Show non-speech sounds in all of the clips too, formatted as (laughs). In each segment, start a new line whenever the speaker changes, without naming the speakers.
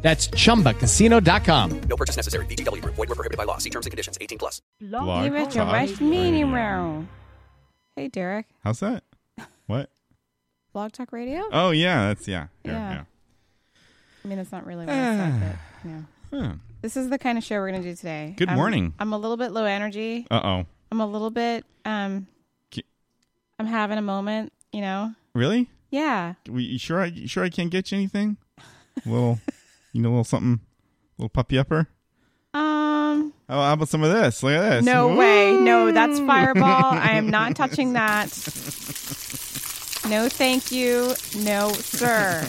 That's chumbacasino.com.
No purchase necessary. VGW Group. Void were prohibited by law. See terms and conditions. 18 plus.
Blog
You missed your
Talk
best meeting
Radio.
room. Hey, Derek.
How's that? What?
Blog Talk Radio?
Oh yeah, that's yeah. Yeah.
Yeah. I mean, that's not really what I said,
(sighs)
but yeah.
yeah. Huh.
This is the kind of show we're going to do today.
Good
I'm-
morning.
I'm a little bit low energy.
Uh oh.
I'm a little bit, um,
Ki-
I'm having a moment, you know?
Really?
Yeah.
We, you sure I you sure I can't get you anything? A little you know, a little something little puppy upper?
Um,
Oh, how about some of this? Look at this.
no
Ooh.
way. No,
(laughs)
that's fireball. I am not touching that. No, thank you. No, sir.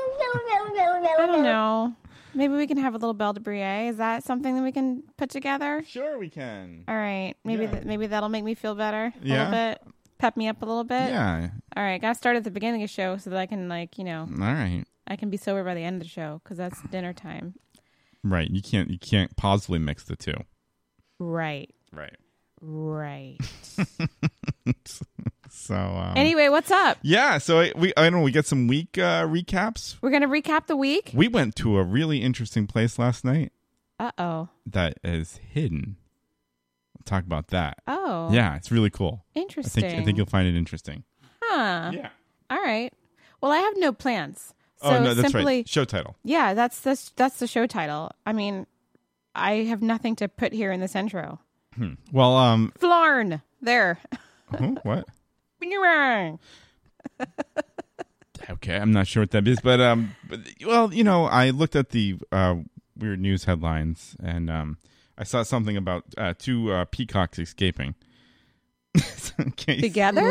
I don't know. Maybe we can have a little belle de brie. Is that something that we can put together?
Sure we can.
All right. Maybe
Yeah.
th- maybe that'll make me feel better a
Yeah.
little bit. Pep me up a little bit.
Yeah.
All right. Got to start at the beginning of the show so that I can like, you know,
All right.
I can be sober by the end of the show cuz that's dinner time.
Right. You can't you can't possibly mix the two.
Right.
Right.
Right.
So (laughs) um,
anyway, what's up?
Yeah, so I, we I don't know, we got some week uh recaps.
We're going to recap the week?
We went to a really interesting place last night
Uh-oh.
that is hidden. talk about that.
Oh.
Yeah, it's really cool. I
Interesting.
think I think you'll find it interesting.
huh. All right. Well, I have no plans. So
oh no, that's
simply
right. Show title.
Yeah, that's that's that's the show title. I mean, I have nothing to put here in this intro.
Well, um,
Flarn, there. (laughs)
oh, what?
All
Okay, I'm not sure what that is, but um, but, well, you know, I looked at the uh, weird news headlines and um, I saw something about uh, two uh, peacocks escaping. (laughs) Okay.
Together?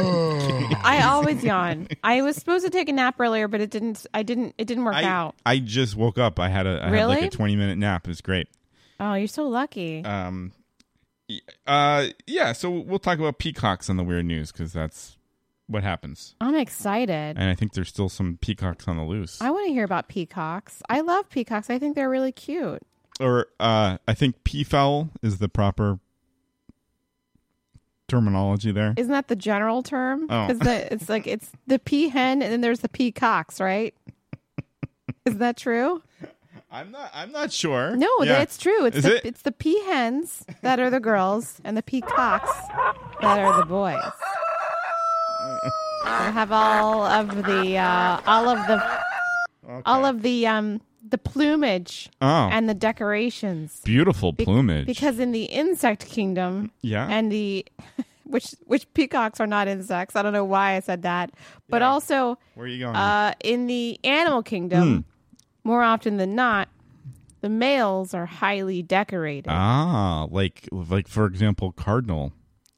I always yawn. I was supposed to take a nap earlier, but it didn't. I didn't. It didn't work
I,
out.
I just woke up. I had a I had
Really?
like a 20 minute nap. It was great.
Oh, you're so lucky.
Um, y- uh, yeah. So we'll talk about peacocks on the weird news because that's what happens.
I'm excited.
And I think there's still some peacocks on the loose.
I want to hear about peacocks. I love peacocks. I think they're really cute.
or uh, I think peafowl is the proper terminology there.
Isn't that the general term?
Oh.
Because it's like it's the peahen and then there's the peacocks,
(laughs)
right? Is that true?
I'm not. I'm not sure.
No,
Yeah.
that's true. It's
Is
the,
it?
it's the peahens that are the girls and the peacocks that are the boys. We'll have all of the uh, all of the all of the um the plumage
Oh.
and the decorations
beautiful plumage.
because in the insect kingdom
Yeah.
and the (laughs) which which peacocks are not insects. I don't know why I said that, but also
where are you going?
uh, in the animal kingdom,
Hmm.
more often than not, the males are highly decorated.
ah, like like for example, cardinal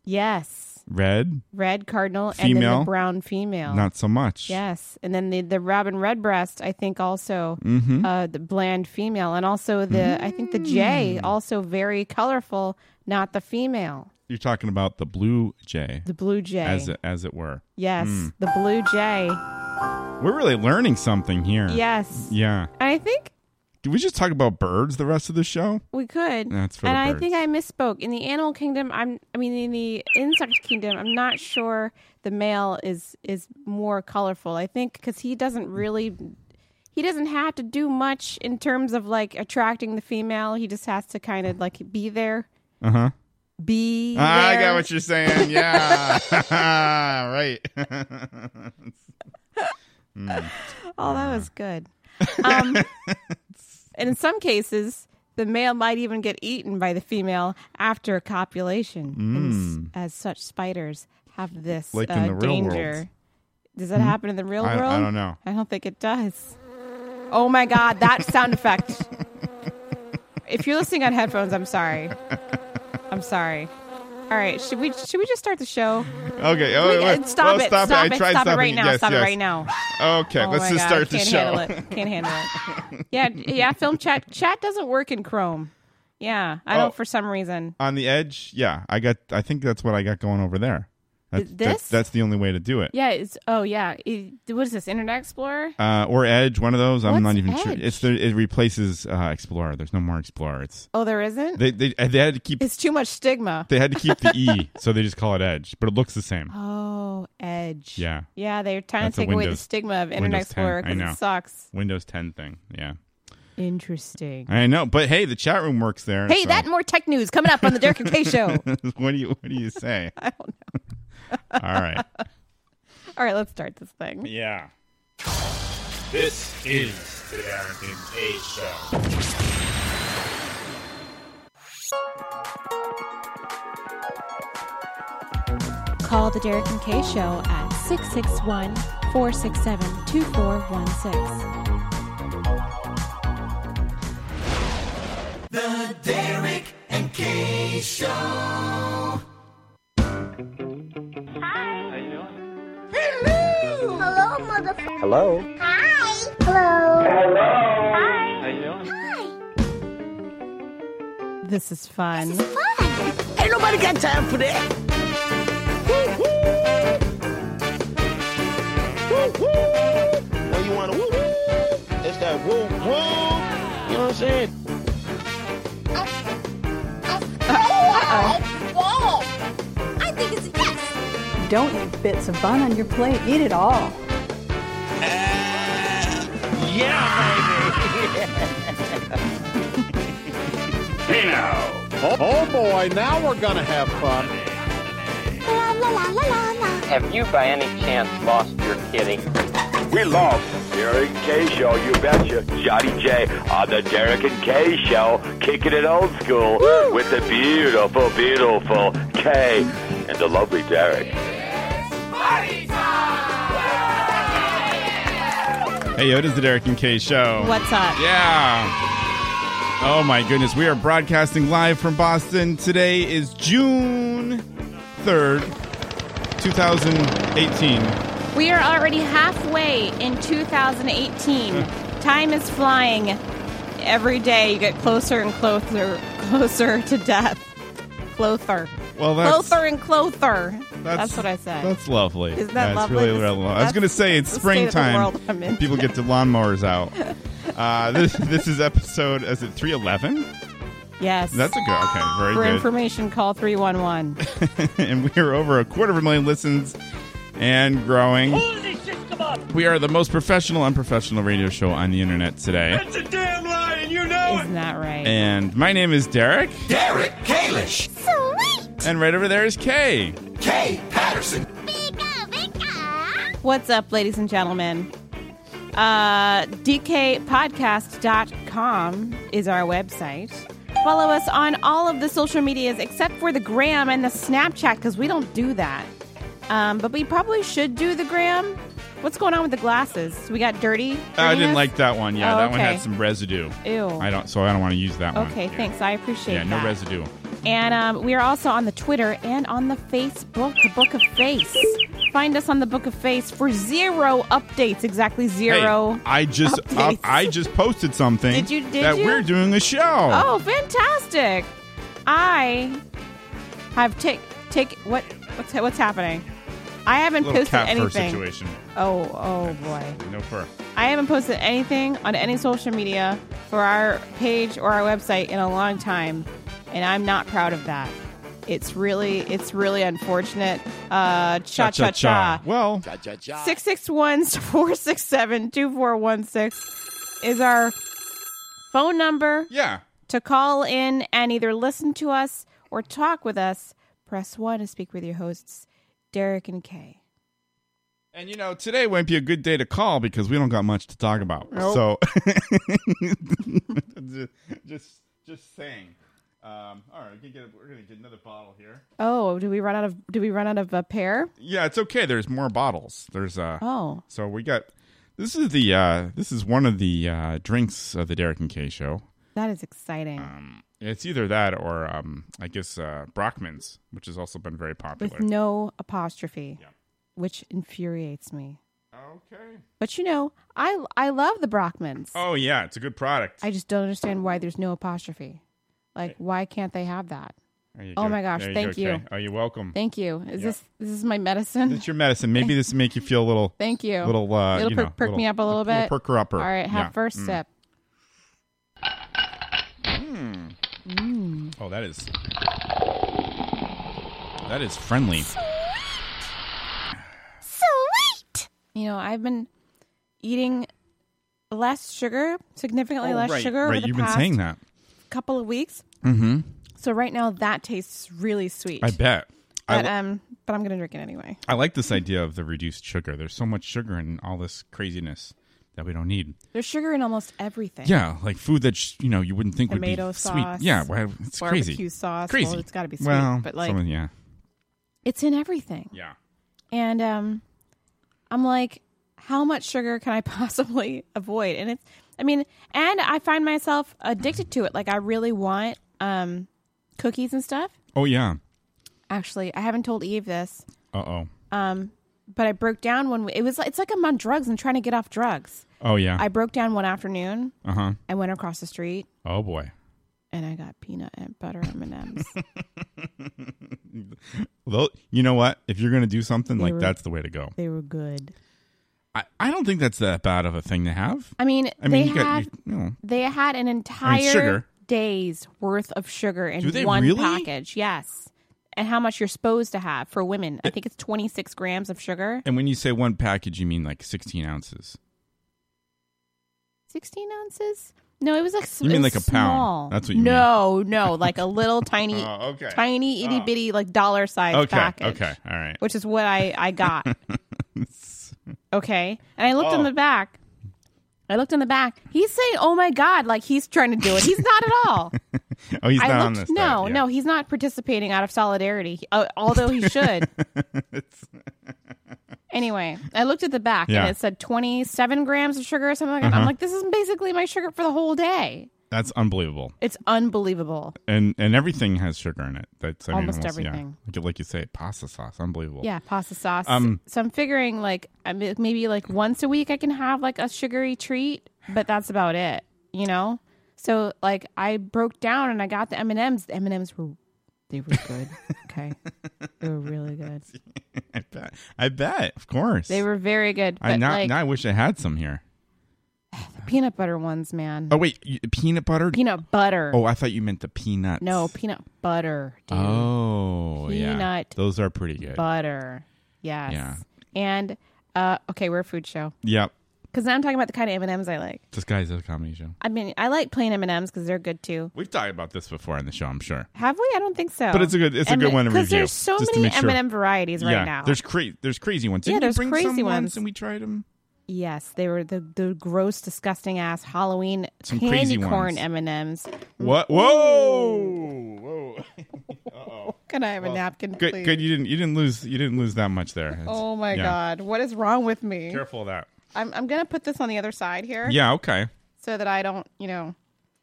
yes,
red.
red cardinal and then
Female?
the brown female.
Not so much.
yes, and then the the robin redbreast. I think also
Mm-hmm.
uh, the bland female, and also the I think the
Mm.
jay also very colorful. Not the female,
You're talking about the blue jay,
the blue jay.
as Hmm. it, as it were.
yes, the blue jay.
We're really learning something here.
Yes,
Yeah.
and I think
Did we just talk about birds the rest of the show?
We could.
That's for
and
the
I
birds.
think I misspoke. In the animal kingdom, I'm. I mean, in the insect kingdom, I'm not sure the male is is more colorful. I think because he doesn't really, he doesn't have to do much in terms of like attracting the female. He just has to kind of like be there,
Uh huh.
be.
Ah, I
there.
got what you're saying. Yeah. (laughs) right. (laughs)
Oh, that was good.
(laughs)
Um, and in some cases, the male might even get eaten by the female after copulation, and s- as such, spiders have this
Mm. Like
uh,
in the real
danger.
world. Hmm?
Does that happen in the real
I- I
world?
don't know.
I don't think it does. Oh my God, that sound effect. If you're listening on headphones, I'm sorry. I'm sorry. All right, should we should we just start the show?
Okay. Oh,
We-
wait.
uh, stop
Well,
it!
Stop,
Stop
I
it!
tried
Stop it
stopping
right now!
Yes,
stop it
yes.
right now!
Okay.
Oh
let's
my
just
God,
start the
can't
show. (laughs)
Handle it. Can't handle it. Yeah, yeah. Film chat chat doesn't work in Chrome. Yeah, I
Oh.
don't for some reason.
on the edge yeah i got i think that's what i got going over there that's,
Th-
that's-
this?
that's the only way to do it
Yeah, it's oh yeah. It, what is this Internet Explorer?
uh, or edge one of those i'm
What's
not even sure
Edge?
it's the, it replaces uh, explorer there's no more explorer it's
Oh, there isn't.
they, they they had to keep
it's too much stigma.
they had to keep the
(laughs)
e so they just call it edge but it looks the same
Oh, Edge.
Yeah.
Yeah, they're trying
That's a
to take away the
Windows-
stigma of Internet
Windows 10,
Explorer
I
because
know.
it sucks.
windows 10 thing yeah
Interesting.
i know but hey the chat room works there
Hey,
so-
that and more tech news coming up on the Derek and
(laughs)
Kay Show.
what do you what do you say
(laughs) I don't know.
(laughs) all right
All right, let's start this thing.
yeah
This is the Derek and Kay Show.
Call the Derek and Kay Show at 661 467 2416.
Hello, motherfucker. Hello. Hi. Hello.
This is fun.
Ain't nobody got time for that.
know you want to woo woo. It's that woo woo. You know what I'm saying?
I think it's a yes.
Don't eat bits of bun on your plate. Eat it all.
La la la la la la.
Have you by any chance lost your kitty?
We love Derek and Kay Show, you betcha. Johnny J on the Derek and Kay Show, kicking it old school with the beautiful, beautiful Kay and the lovely Derek.
hey yo it is the derek and kay show
What's up?
Yeah. Oh my goodness, we are broadcasting live from Boston. Today is June 3rd, 2018.
We are already halfway in 2018. Time is flying. Every day you get closer and closer, closer to death. Clother.
Well, that's
Clother and clother. That's, what I said.
That's lovely.
Isn't that
That's
lovely?
really,
This-
really lovely. I was
that's
going to say it's
(laughs) the state of the
springtime.
world I'm in.
People get the lawnmowers
(laughs)
out. Uh, this this is episode is it 311?
yes.
That's a good. Okay, very
For
good.
information,
(laughs)
call 311.
and we are over a quarter of a million listens and growing. We are the most professional, unprofessional radio show on the internet today.
That's a damn lie, and you know
Isn't that right?
And my name is Derek,
Derek Kalish,
Sweet.
and right over there is Kay.
Kay Patterson.
Bigga, bigga.
What's up, ladies and gentlemen? Uh, DKPodcast.com is our website. Follow us on all of the social medias except for the gram and the Snapchat because we don't do that. Um, but we probably should do the gram. What's going on with the glasses? We got dirty.
Uh, I didn't
dirtiness?
like that one. Yeah,
Oh,
that one
okay.
had some residue.
Ew.
I don't, so I don't want to use that one.
Okay,
Yeah.
thanks. I appreciate
Yeah,
that.
no residue.
And um, we are also on the Twitter and on the Facebook, the Book of Face. Find us on the Book of Face for zero updates, exactly
Hey,
zero.
I just,
updates.
up- I just posted something.
Did you- did
that
you?
we're doing a show. (laughs)
Oh, fantastic! I have take take what what's what's happening? I haven't
little
posted
cat fur
anything.
situation.
Oh, oh boy!
No fur.
I haven't posted anything on any social media for our page or our website in a long time, and I'm not proud of that. It's really, it's really unfortunate. Uh, cha cha cha.
Well,
Six six one four six seven two four one six is our phone number
yeah.
to call in and either listen to us or talk with us. Press one to speak with your hosts, Derek and Kay.
And you know, today won't be a good day to call because we don't got much to talk about. So, (laughs) just, just saying. Um, all right, we can get a- we're gonna get another bottle here.
Oh, did we run out of? Did we run out of a pair?
Yeah, it's okay. There's more bottles. There's uh
Oh,
so we got this is the uh this is one of the uh drinks of the Derek and Kay show.
that is exciting.
Um it's either that or um I guess uh Brockman's, which has also been very popular.
with no apostrophe, which infuriates me.
okay.
But you know, I I love the Brockmans.
Oh yeah, it's a good product.
I just don't understand why there's no apostrophe. Like, why can't they have that?
There you
Oh
go.
my gosh,
There
thank
go,
you.
Kay. Oh, you're welcome.
Thank you. Is
Yeah.
this this is my medicine?
It's your medicine. Maybe this will make you feel a little,
(laughs) Thank you.
little, uh,
It'll
you
per-
know,
perk me up a little bit.
Perker upper.
All right, have
Yeah.
first
Mm.
sip.
Oh, that is that is friendly.
Sweet!
You know, I've been eating less sugar, significantly
Oh,
less
right,
sugar over
right.
the
You've been
past
saying that.
couple of weeks.
Mm-hmm.
So right now that tastes really sweet.
I bet. I,
But,
li-
um, but I'm gonna drink it anyway.
I like this idea of the reduced sugar. There's so much sugar in all this craziness that we don't need.
There's sugar in almost everything.
Yeah, like food that sh- you know you wouldn't think
Tomato
would be
sauce,
sweet. Yeah, why it's
barbecue
crazy.
sauce.
Crazy.
Well, it's got to be sweet,
Well,
but like
some of- yeah,
it's in everything.
yeah.
And um, I'm like, how much sugar can I (laughs) possibly avoid? And it's, I mean, and I find myself addicted to it. Like I really want um, cookies and stuff.
Oh yeah.
Actually, I haven't told Eve this,
Uh oh.
but I broke down when we, it was. It's like I'm on drugs and trying to get off drugs.
Oh yeah.
I broke down one afternoon.
Uh huh.
I went across the street
Oh boy.
and I got peanut and butter M and M's.
Well, you know what? If you're gonna do something like
were-
that's the way to go.
They were good.
I, I don't think that's that bad of a thing to have.
I mean,
(laughs) I mean,
they
you
had
got you, you know,
they had an entire
sugar.
day's worth of sugar in
Do they
one
really?
package. Yes. And how much you're supposed to have for women. I think it's 26 grams of sugar.
And when you say one package, you mean like 16 ounces.
16 ounces? No, it was like s-
You mean
it was
like a pound.
small.
That's what you
no, mean. No, no, like
(laughs)
a little tiny,
Oh, okay.
tiny itty
Oh.
bitty like dollar size
okay.
package.
Okay. All right.
Which is what I
(laughs)
I got. Okay. And I looked in
Oh.
the back. I looked in the back. He's saying, "Oh my god!" Like he's trying to do it. He's not at all.
oh, he's not
I
on
looked.
this.
no,
diet.
no, he's not participating out of solidarity. He- uh, although he should.
(laughs)
anyway, I looked at the back
Yeah. Uh-huh.
and it said twenty-seven grams of sugar or something. like that. I'm like, this is basically my sugar for the whole day.
That's unbelievable.
It's unbelievable.
And and everything has sugar in it. That's I mean,
Almost
yeah.
everything.
Like, like you say, pasta sauce. Unbelievable.
Yeah, pasta sauce.
Um,
so I'm figuring like I mean, maybe like once a week I can have like a sugary treat, but that's about it, you know. So like I broke down and I got the M and M's. The M and M's were they were good. okay, they were really good.
I bet. I bet. Of course.
They were very good. But
I now,
like
now I wish I had some here.
peanut butter ones, man.
Oh wait, you, peanut butter.
Peanut butter.
oh, I thought you meant the peanuts.
no, peanut butter, dude.
Oh, yeah.
Peanut
Those are pretty good.
Butter. Yes.
Yeah.
And uh, okay, we're a food show
yep.
because I'm talking about the kind of M and M's I like.
This guy's a comedy show.
I mean, I like plain M and M's because they're good too.
We've talked about this before on the show, I'm sure.
Have we? I don't think so.
But it's a good- it's a good one to
because
review,
there's so
just to
many
make sure.
M&M varieties right
yeah,
now.
there's cra- there's crazy ones.
Yeah,
Didn't you
there's
bring
crazy
some
ones.
once and we tried them.
yes, they were the the gross, disgusting ass Halloween
Some
candy
crazy
corn
ones.
M&Ms.
What? Whoa! Whoa!
Can I have a napkin,
(laughs) good,
please?
good. You didn't you didn't lose you didn't lose that much there. It's-
Oh my
yeah.
god, what is wrong with me?
Careful of that.
I'm I'm gonna put this on the other side here,
Yeah. Okay.
so that I don't, you know,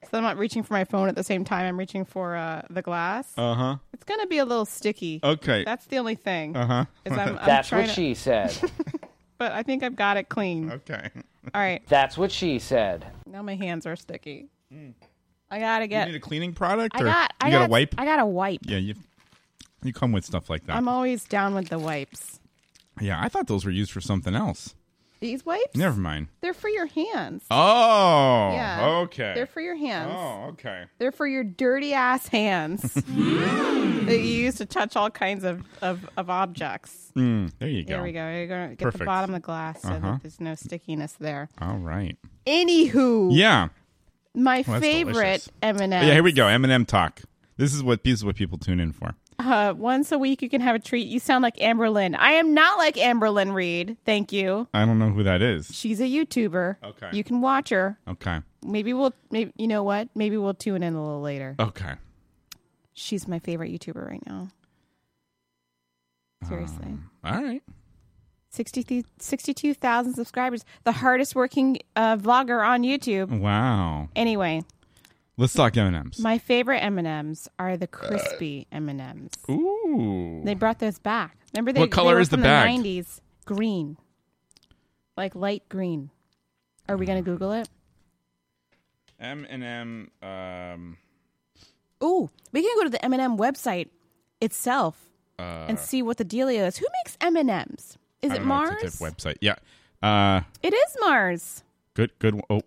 so that I'm not reaching for my phone at the same time I'm reaching for uh, the glass.
Uh huh.
it's gonna be a little sticky.
Okay.
That's the only thing.
Uh huh. (laughs)
Is I'm, I'm
That's
trying
what
to-
she said.
but I think I've got it clean.
Okay.
All right,
That's what she said.
now my hands are sticky. I
Mm.
gotta
You
get.
need a cleaning product,
I
or
got.
you
I
got
got
a wipe?
I got a wipe.
yeah. You you come with stuff like that.
I'm always down with the wipes.
yeah. I thought those were used for something else.
These wipes?
Never mind.
They're for your hands.
Oh.
yeah.
Okay.
They're for your hands.
Oh. Okay.
They're for your dirty ass hands
Mm.
that you use to touch all kinds of, of, of objects.
Mm, there you go.
Hmm. There we go. You're gonna get the
Perfect.
bottom of the glass so
Uh-huh.
that there's no stickiness there.
All right.
Anywho,
Yeah.
my
that's
favorite
delicious. Oh,
M and
Yeah, here
M.
we go. Eminem talk. This is what this is what people tune in for.
Uh, once a week, you can have a treat. You sound like Amber Lynn. I am not like Amber Lynn Reed. Thank you.
I don't know who that is.
She's a YouTuber.
Okay.
You can watch her.
Okay.
Maybe we'll. Maybe you know what? Maybe we'll tune in a little later.
Okay.
She's my favorite YouTuber right now. Seriously.
All right.
60 62,000 subscribers. The hardest working uh, vlogger on YouTube.
Wow.
Anyway,
Let's talk M&Ms.
my favorite M&Ms are the crispy M&Ms.
Ooh.
They brought those back. Remember they
What
they
color
were
is the
from
bag?
90s. Green. Like light green. Are we going to google it?
M&M um
Ooh, we can go to the M&M website itself
Uh,
and see what the deal is. Who makes M&Ms? Is
I
it
don't know,
Mars?
it's a tip website. Yeah. Uh,
It is Mars.
good. Good. Oh,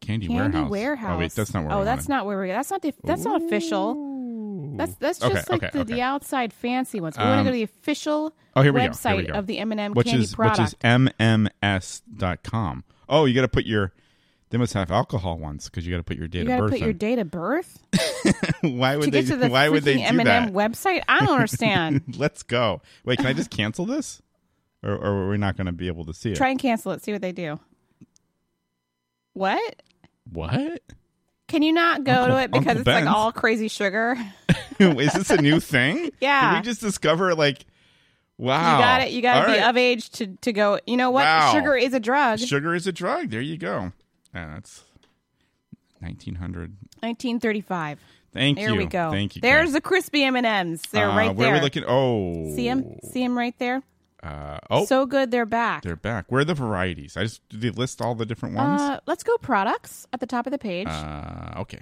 Candy,
Candy
Warehouse.
Warehouse.
Oh wait, that's not where.
Oh,
we
that's not where we're. That's not the. That's not official. That's that's
Okay,
just like
okay,
the,
okay.
the outside fancy ones. We want to
Um,
go to the official
Oh, here we go, here
website
we go.
of the M and M
which
candy
is
product.
which is mms.com. Oh, you got to put your. They must have alcohol ones because you got to put your date
you
of
gotta
birth.
put your
in.
date of birth
(laughs) why would
to
they?
get to the
why would they
freaking
do
M and
(laughs) that?
M website. I
(laughs)
don't understand.
Let's go. Wait, can I
(laughs)
just cancel this? Or, or we're not going to be able to see it.
Try and cancel it. See what they do. What?
what? (laughs)
Can you not go
Uncle-
to it because
Uncle
it's
Ben's.
like all crazy sugar?
Is this a new
(laughs)
thing?
Yeah.
Did we just discover like, wow.
You got it. You got to
All
be
right.
of age to to go. You know what?
Wow.
Sugar is a drug.
Sugar is a drug. There you go. Yeah, that's 1900.
1935.
Thank
There
you.
we go.
Thank you.
There's
guys.
the crispy M and M's. They're
Uh,
right
where
there.
We're looking. Oh.
See them? See them right there.
Uh, oh,
So good, they're back.
they're back. Where are the varieties? I just do they list all the different ones?
uh, let's go products at the top of the page
Uh, okay.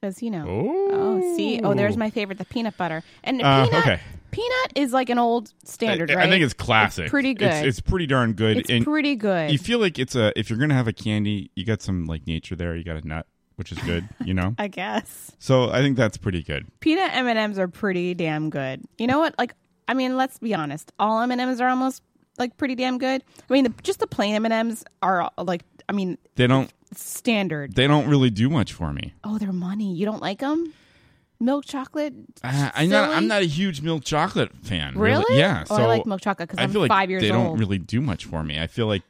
because you know.
Oh.
Oh, see, oh, there's my favorite, the peanut butter. And
Uh,
peanut,
okay.
peanut is like an old standard,
I,
right?
I think it's classic.
pretty good.
It's, it's pretty darn good.
It's
and
pretty good.
you feel like it's a if you're gonna have a candy, you got some like nature there. You got a nut, which is good. You
(laughs)
know.
I guess
so I think that's pretty good.
peanut M and M's are pretty damn good. You know what? Like, I mean, let's be honest. All M and M's are almost like pretty damn good. I mean, the, just the plain M and M's are like, I mean,
They don't
standard.
they don't really do much for me.
Oh, they're money. You don't like them? Milk chocolate
Uh, I'm not
Silly?
I'm not a huge milk chocolate fan.
Really?
Yeah.
Oh,
so
I like milk chocolate because
I
I'm
feel like
five years
they
old.
don't really do much for me. I feel like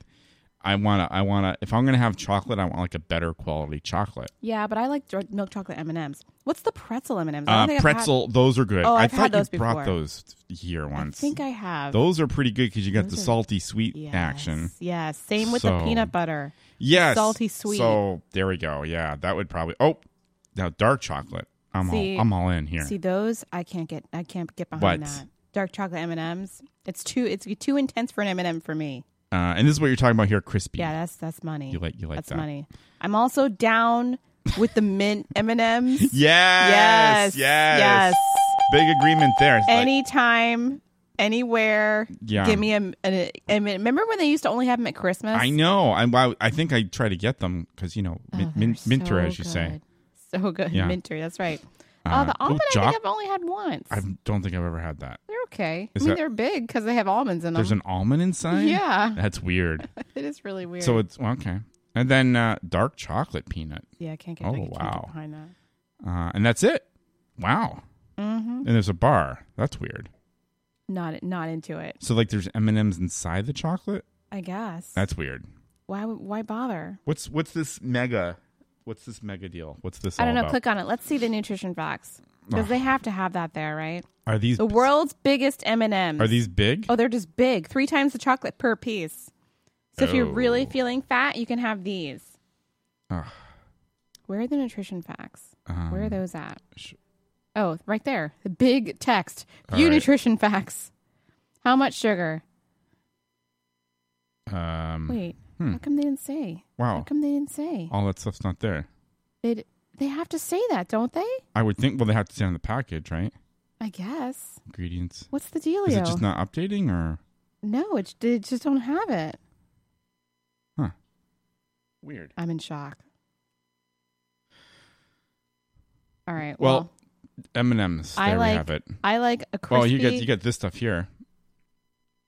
I wanna I wanna if I'm gonna have chocolate, I want like a better quality chocolate.
yeah, but I like dr- milk chocolate M and M's. What's the pretzel M and M's?
Uh, pretzel, those are good.
Oh,
I
I've
thought
had those
you brought
before.
those here
I
once.
think I have.
those are pretty good because you got the
Those are-
salty sweet
Yes,
action.
Yes. Same with
So-
the peanut butter.
Yes.
Salty sweet.
So there we go. Yeah, that would probably. Oh, now dark chocolate. I'm
See-
all. I'm all in here.
See those? I can't get. I can't get behind
What?
that. Dark chocolate M and M's. It's too. It's too intense for an M and m for me.
uh, and this is what you're talking about here, crispy.
Yeah, that's that's money.
You like- you like
that's
that.
money. I'm also down with the mint M and M's.
(laughs) Yes.
Yes.
Yes. Big agreement there. It's like-
anytime, anywhere.
Yeah.
Give me a, an- a, a- Remember when they used to only have them at Christmas?
I know. I, I I think I try to get them because you know min, min, minter, as you say.
So Oh, good,
Yeah.
Minter. That's right. Uh,
Uh,
the
oh,
almond I
Jock-
think I've only had once.
I don't think I've ever had that.
they're okay. I
Is
mean,
that-
they're big because they have almonds in them.
There's an almond inside.
Yeah.
That's weird.
(laughs) it is really weird.
so it's well, okay. And then uh, dark chocolate peanut.
yeah, I can't get.
Oh,
I can't get
wow.
behind that.
Uh, and that's it. Wow.
Mm-hmm.
And there's a bar. That's weird.
Not not into it.
So like there's M and M's inside the chocolate.
I guess.
That's weird.
why would- why bother?
What's what's this mega? What's this mega deal? What's this?
I
all
don't know.
about?
Click on it. Let's see the nutrition facts because they have to have that there, right?
Are these
The world's biggest M and M's.
are these big?
Oh, they're just big. Three times the chocolate per piece. So if you're really
Oh.
feeling fat, you can have these.
Ugh.
Where are the nutrition facts?
Um,
Where are those at?
sh-
oh, right there. The big text.
All
View
right.
nutrition facts. How much sugar?
Um,
Oh, Wait.
Hmm. Oh.
How come they didn't say? How
Wow.
come they didn't say?
All that stuff's not there.
They they have to say that, don't they?
I would think. Well, they have to stay on the package, right?
I guess.
Ingredients.
What's the dealio?
Is it just not updating, or
no, it's, they just don't have it.
huh? Weird.
I'm in shock. All right. well
Well, M and M's. There
I
we
like
have it.
I like a crispy.
Well, you get you get this stuff here.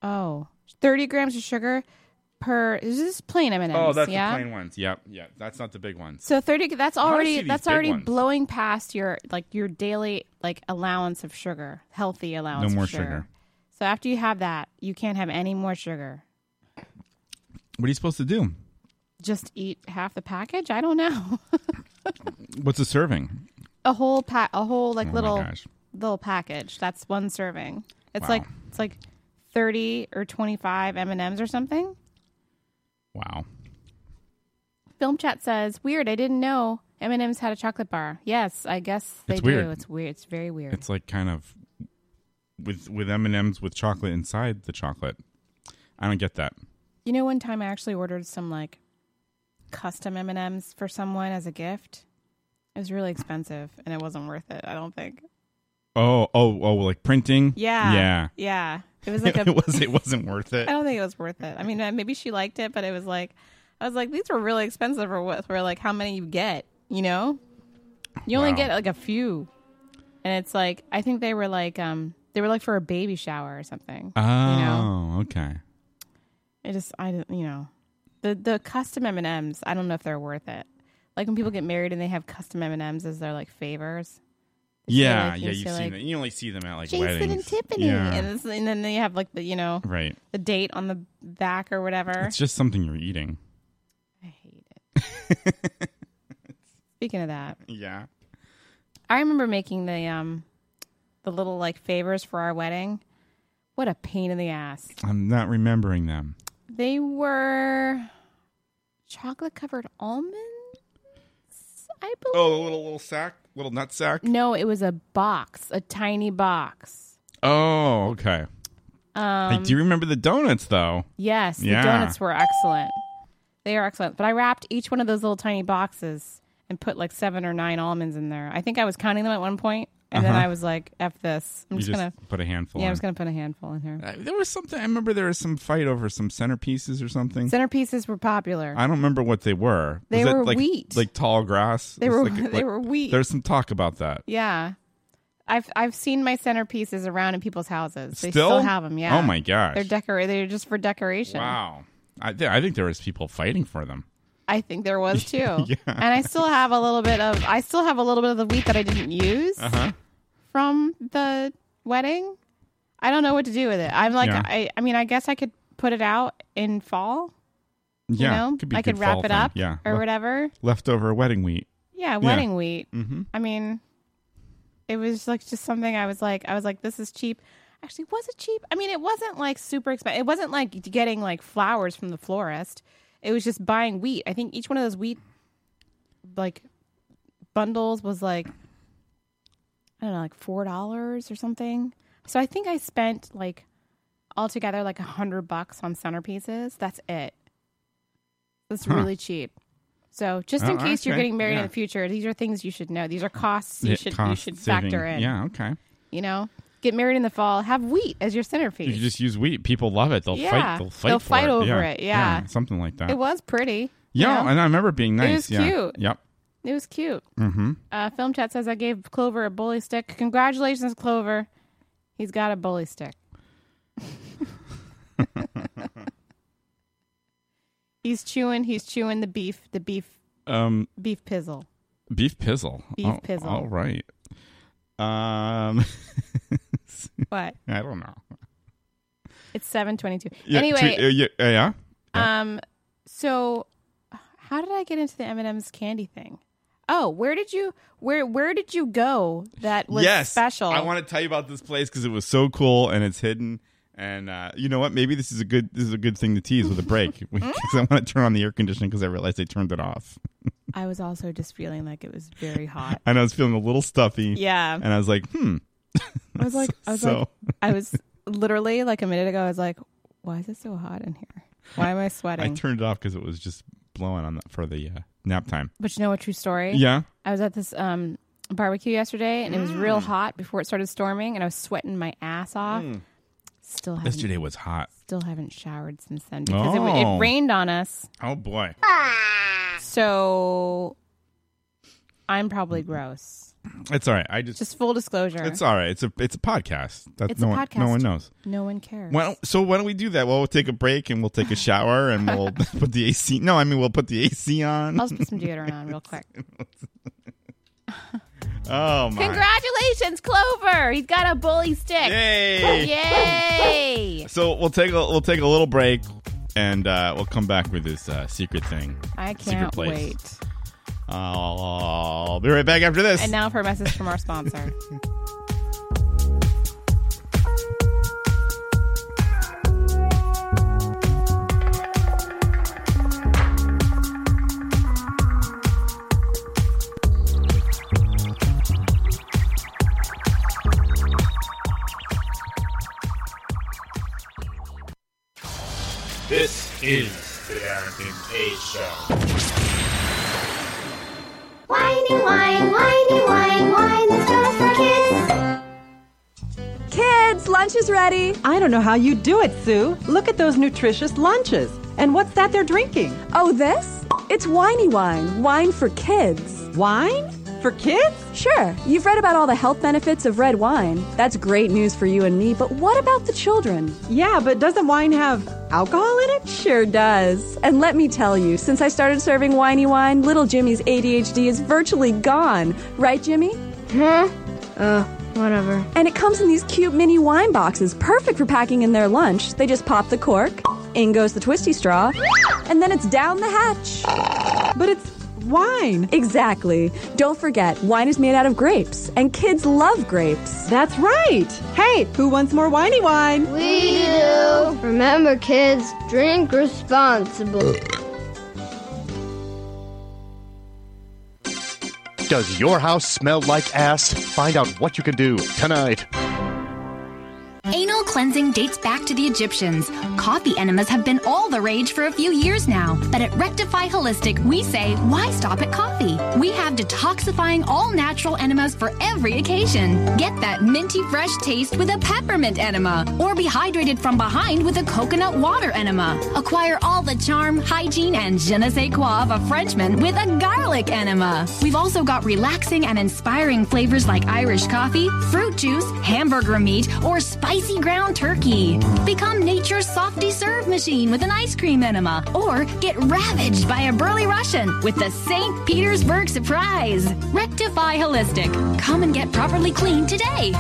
oh, 30 grams of sugar per. Is this plain M&Ms?
Oh,
yeah.
ones. Yep, yeah. That's not the big ones.
So 30. That's
do I see
already
these
that's
big
already
ones?
blowing past your like your daily like allowance of sugar, healthy allowance.
No
of
more
sugar.
sugar.
So after you have that, you can't have any more sugar.
What are you supposed to do?
Just eat half the package. I don't know. (laughs)
What's a serving?
a whole pack, a whole like
Oh my
little
gosh.
little package. That's one serving. It's
Wow.
like it's like 30 or 25 M&Ms or something.
Wow.
Film chat says, "Weird. I didn't know M&M's had a chocolate bar." Yes, I guess they
It's
do.
weird.
It's weird. It's very weird.
It's like kind of with with M and M's with chocolate inside the chocolate. I don't get that.
you know, one time I actually ordered some like custom M&Ms for someone as a gift, It was really expensive and it wasn't worth it, I don't think.
Oh, oh, oh, like printing.
Yeah.
yeah.
Yeah.
(laughs)
It was like a
it was. It wasn't worth it.
(laughs) I don't think it was worth it. I mean, uh, maybe she liked it, but it was like, I was like, these were really expensive for what? For like how many you get, you know? You only
Wow.
get like a few, and it's like I think they were like, um, they were like for a baby shower or something.
Oh,
You know,
okay.
it just I don't- you know, the the custom M and M's. I don't know if they're worth it. Like when people get married and they have custom M and M's as their like favors.
Yeah,
like, you
yeah.
see,
You've seen
like,
that. You only see them at like
Jason
weddings.
and Tiffany,
Yeah.
and, it's, and then they have like the you know
right.
the date on the back or whatever.
It's just something you're eating.
I hate it. (laughs) Speaking of that,
Yeah.
I remember making the um the little like favors for our wedding. What a pain in the ass.
I'm not remembering them.
They were chocolate covered almonds, I believe.
Oh, the little little sack, little nut sack.
No, it was a box, a tiny box.
Oh, okay. I
Um
do remember the donuts though.
yes,
Yeah.
the donuts were excellent. They are excellent. But I wrapped each one of those little tiny boxes and put like seven or nine almonds in there. I think I was counting them at one point, and then I was like, F this.
Uh-huh.
I'm
you
just,
just
gonna
put a handful.
Yeah,
in.
I was gonna put a handful in here.
Uh, There was something. I remember there was some fight over some centerpieces or something.
Centerpieces were popular.
I don't remember what they were. Was
They
it,
were
like,
wheat.
like tall grass.
They
It was
were-
like-
(laughs) they
like-
were wheat.
There's some talk about that.
yeah. I've I've seen my centerpieces around in people's houses. They
Still?
still, have them. Yeah.
Oh my gosh.
They're decor. They're just for decoration.
Wow. I, th- I think there was people fighting for them.
I think
(laughs)
there was too. And I still have a little bit of. I still have a little bit of the wheat that I didn't use
Uh-huh.
from the wedding. I don't know what to do with it. I'm like,
Yeah.
I. I mean, I guess I could put it out in fall. You
Yeah.
know,
could be
I could
good
wrap
fall
it
thing.
up
Yeah.
or
Le-
whatever.
Leftover wedding wheat.
Yeah, wedding wheat.
Mhm.
I mean, it was like just something I was like, I was like, this is cheap. Actually, was it cheap? I mean, it wasn't like super expensive. It wasn't like getting like flowers from the florist. It was just buying wheat. I think each one of those wheat like bundles was like I don't know, like four dollars or something. So I think I spent like altogether like a hundred bucks on centerpieces. That's it. That's really cheap. So just
Oh,
in case you're
okay.
getting married
Yeah.
in the future, these are things you should know. These are costs you
Yeah,
should you
cost
should
saving.
factor in.
Yeah. Okay.
You know, get married in the fall. Have wheat as your
You
centerpiece.
just use wheat. People love it. They'll
Yeah.
fight. They'll fight.
They'll
for
fight
it.
over
yeah.
it, yeah.
Something like that.
it was pretty. you
yeah.
know?
And I remember it being nice.
was
yeah.
cute.
Yep.
It was cute.
Mm-hmm.
Uh, Film chat says I gave Clover a bully stick. Congratulations, Clover. He's got a bully stick. (laughs) he's chewing. He's chewing the beef. The beef.
Um,
Beef
(laughs)
pizzle.
beef pizzle.
Beef
Oh,
pizzle.
All right. Um, (laughs)
What?
I don't know.
It's seven twenty-two.
Yeah,
anyway,
to- uh, yeah, uh, yeah.
um, so how did I get into the M and M's candy thing? Oh, where did you where where did you go that was
yes,
special?
I want to tell you about this place because it was so cool and it's hidden. And uh, you know what? Maybe this is a good this is a good thing to tease with a
(laughs)
break (laughs) because I want to turn on the air conditioning because I realized they turned it off.
I was also just feeling like it was very hot.
And I was feeling a little stuffy.
Yeah.
(laughs) And I was like, hmm.
I was like, I was
So-
like, I was literally like a minute ago. I was like, why is it so hot in here? Why am I
(laughs) I
sweating?
turned it off because it was just blowing on the, for the uh, nap time.
but you know a true story.
Yeah.
I was at this um barbecue yesterday, and it was real
Mm.
hot before it started storming, and I was sweating my ass off. Still haven't,
Yesterday was hot.
still haven't showered since then because it it,
Oh.
it rained on us.
Oh boy.
So I'm probably gross.
It's all right. I just,
Just full disclosure.
it's all right. It's a it's a podcast. That's
It's
no
a
one no
podcast.
one knows.
no one cares.
Why don't, so why don't we do that? Well, we'll take a break and we'll take a shower and
(laughs)
we'll put the AC. No, I mean we'll put the AC on.
I'll just put some deodorant on
(laughs)
real quick.
Oh my!
Congratulations, Clover! He's got a bully stick.
Yay!
Yay!
So we'll take a we'll take a little break and uh, we'll come back with this uh, secret thing.
I
Secret
can't
place.
wait.
I'll be right back after this.
And now for a message from our
(laughs)
sponsor.
This is the Darrington K Show.
Whiny, whine, whiny, whine, whine. It's just for kids.
Kids, lunch is ready.
I don't know how you do it, Sue. Look at those nutritious lunches. And what's that they're drinking?
Oh, this? It's Winey Wine, wine for kids.
Wine? For kids?
Sure, you've read about all the health benefits of red wine. That's great news for you and me, but what about the children?
Yeah, but doesn't wine have alcohol in it?
Sure does. And let me tell you, since I started serving Winey Wine, little Jimmy's ADHD is virtually gone. Right, Jimmy?
Whatever.
And it comes in these cute mini wine boxes, perfect for packing in their lunch. They just pop the cork, in goes the twisty straw, and then it's down the hatch.
But it's wine.
Exactly. Don't forget, wine is made out of grapes, and kids love grapes.
That's right. Hey, who wants more winey wine?
We do. Remember, kids, drink
Uh.
responsibly.
Does your house smell like ass? Find out what you can do tonight.
Anal cleansing dates back to the Egyptians. Coffee enemas have been all the rage for a few years now. But at Rectify Holistic, we say, why stop at coffee? We have detoxifying all natural enemas for every occasion. Get that minty fresh taste with a peppermint enema, or be hydrated from behind with a coconut water enema. Acquire all the charm, hygiene, and je ne sais quoi of a Frenchman with a garlic enema. We've also got relaxing and inspiring flavors like Irish coffee, fruit juice, hamburger meat, or spicy ground turkey. Become nature's softy serve machine with an ice cream enema, or get ravaged by a burly Russian with the St. Petersburg surprise. Rectify Holistic. Come and get properly clean today.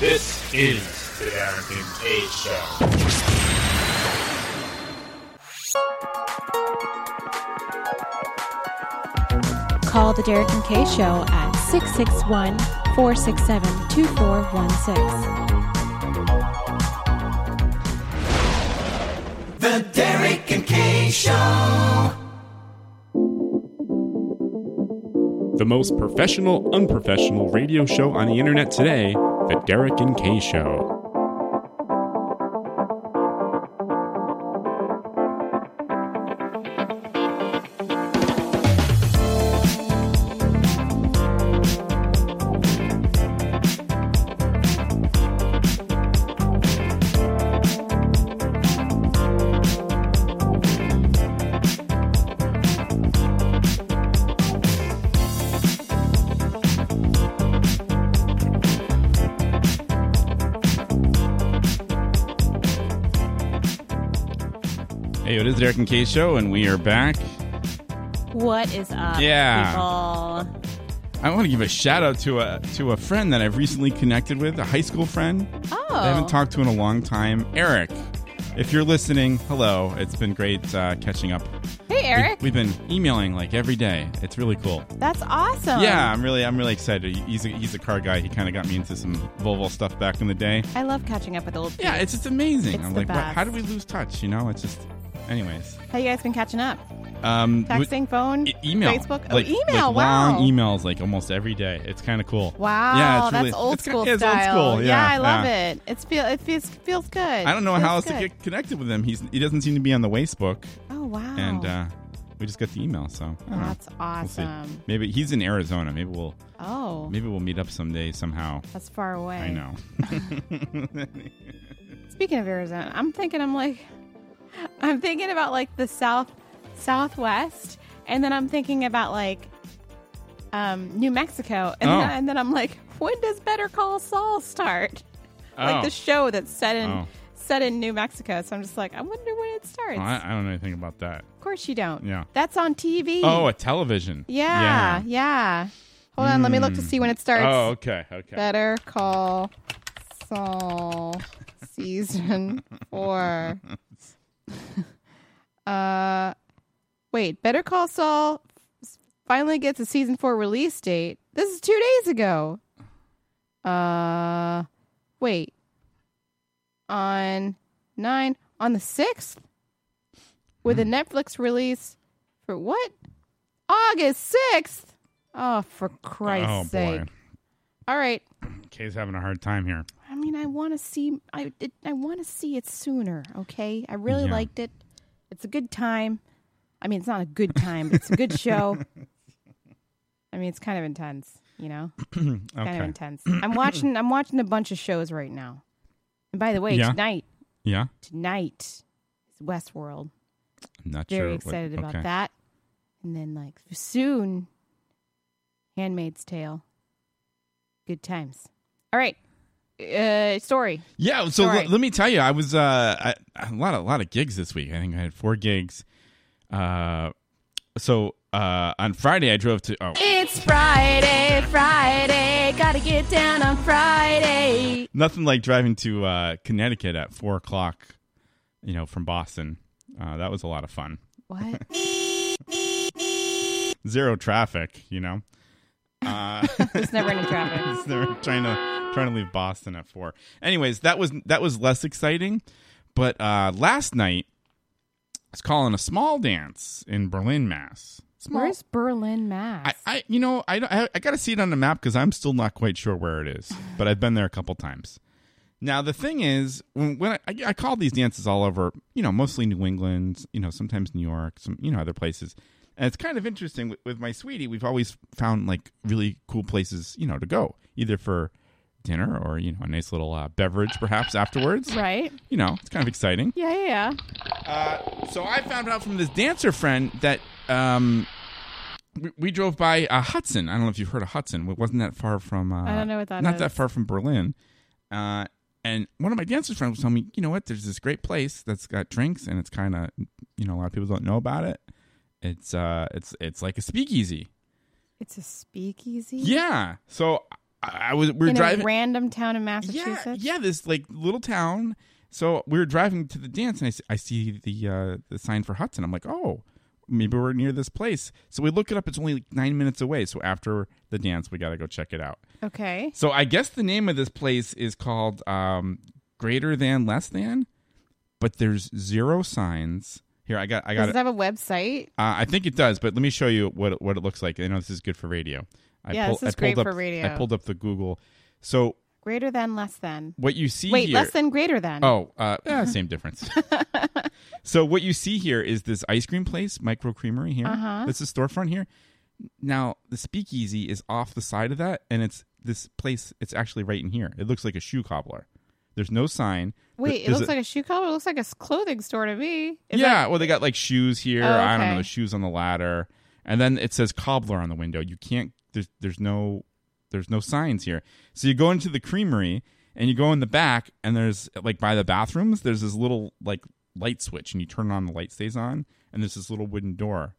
This is the American K Show.
Call the Derek and Kay Show at 661 467 2416.
The Derek and K Show.
The most professional, unprofessional radio show on the internet today, The Derek and Kay Show.
Hey, it is Derek and Kay Show, and we are back.
What is up,
Yeah.
people?
I want to give a shout out to a to a friend that I've recently connected with, a high school friend.
Oh.
that I haven't talked to in a long time, Eric. If you're listening, hello. It's been great uh, catching up.
Hey, Eric.
We, have been emailing like every day. It's really cool.
That's awesome.
Yeah, I'm really I'm really excited. He's a, he's a car guy. He kind of got me into some Volvo stuff back in the day.
I love catching up with old people.
Yeah, it's just amazing.
It's
I'm
the
like,
best.
how do we lose touch? You know, it's just. Anyways,
How you guys been catching up?
um, we-
Texting, phone,
e- email,
Facebook, oh,
like,
email.
like
wow.
long emails, like almost every day. It's kind of cool.
Wow,
yeah, it's
that's
really,
old
it's, kinda-
school
yeah, it's old
style.
school. Yeah,
I love
yeah.
it. It's feel it feels feels good.
I don't know
Feels
how else to
good.
get connected with him. He's he doesn't seem to be on the Wastebook,
Oh wow,
and uh, we just got the email. So I don't know.
that's
We'll see.
awesome.
Maybe he's in Arizona. Maybe we'll
Oh,
maybe we'll meet up someday somehow.
that's far away.
I know.
Speaking of Arizona, I'm thinking I'm like, I'm thinking about like the south, southwest, and then I'm thinking about like, um, New Mexico, and,
Oh.
then, and then I'm like, when does Better Call Saul start? Like
Oh.
the show that's set in
Oh.
set in New Mexico. So I'm just like, I wonder when it starts.
Oh, I, I don't know anything about that.
of course you don't.
Yeah.
that's on TV.
Oh, a television.
yeah, yeah. Hold on, let me look to
Mm.
see when it starts.
Oh, okay, okay.
Better Call Saul
(laughs)
season four. (laughs) uh, wait, Better Call Saul s- finally gets a season four release date. This is two days ago. Uh, wait, on nine on the sixth with
Hmm.
a Netflix release for what? August sixth. Oh, for Christ's
oh
sake!
boy,
All right.
Kay's having a hard time here.
I mean, I want to see. I it, I want to see it sooner. Okay, I really
Yeah.
liked it. It's a good time. I mean, it's not a good time, but it's a good
(laughs)
show. I mean, it's kind of intense, you know. It's Kind of
Okay.
intense.
(clears throat)
I'm watching. I'm watching a bunch of shows right now. And by the way,
Yeah.
tonight,
Yeah.
tonight is Westworld.
I'm not sure
Very
what-
excited about
okay.
that. And then like soon, Handmaid's Tale. Good times. All right. Uh, story.
Yeah, so l-
Story.
let me tell you, I was uh, I, a lot, a lot of gigs this week. I think I had four gigs. Uh, so uh, on Friday, I drove to. Oh,
It's Friday, Friday. Gotta get down on Friday.
nothing like driving to uh, Connecticut at four o'clock. You know, from Boston, uh, that was a lot of fun.
What?
Zero traffic, you know. (laughs) Uh,
There's never any traffic.
(laughs) It's never- trying to trying to leave Boston at four. Anyways, that was that was less exciting. But uh, last night, I was calling a small dance in Berlin, Mass.
Where's Berlin, Mass?
I, I you know, I, don't- I, I got to see it on the map because I'm still not quite sure where it is, but I've been there a couple times. Now the thing is, when, when I, I, I call these dances all over, you know, mostly New England, you know, sometimes New York, some you know other places, and it's kind of interesting with, with my sweetie. We've always found like really cool places, you know, to go either for dinner or you know a nice little uh, beverage perhaps afterwards.
Right.
You know, it's kind of exciting.
Yeah, yeah,
Uh, so I found out from this dancer friend that um, we, we drove by uh, Hudson. I don't know if you've heard of Hudson. It wasn't that far from. Uh,
I don't know what that
Not that
is.
far from Berlin. Uh, and one of my dancers friends was telling me, you know what? There's this great place that's got drinks, and it's kind of, you know, a lot of people don't know about it. It's uh, it's it's like a speakeasy.
It's a speakeasy.
Yeah. So I, I was we were
in
driving
a random town in Massachusetts.
yeah, this like little town. So we were driving to the dance, and I see, I see the uh, the sign for Hudson. I'm like, oh, maybe we're near this place. So we look it up. It's only like nine minutes away. So after the dance, we got to go check it out.
Okay.
So I guess the name of this place is called um, Greater Than Less Than, but there's zero signs. Here, I got I got
Does it have a website?
uh, I think it does, but let me show you what it- what it looks like. I know this is good for radio. I
Yeah,
pull-
this is
I pulled
great
up-
for radio.
I pulled up the Google. So
Greater than, less than.
what you see
Wait,
here-
less than, greater than.
Oh, uh, eh, same
(laughs)
difference. so what you see here is this ice cream place, Micro Creamery here.
Uh-huh.
That's the storefront here. Now the speakeasy is off the side of that, and it's this place. It's actually right in here. It looks like a shoe cobbler. There's no sign.
Wait, it looks like a shoe collar. It looks like a s- clothing store to me. Is
yeah.
that-
well, they got like shoes here.
Oh,
I don't
okay.
know shoes on the ladder, and then it says cobbler on the window. You can't. There's there's no there's no signs here. So you go into the creamery and you go in the back, and there's like by the bathrooms, there's this little like light switch, and you turn it on, the light stays on, and there's this little wooden door.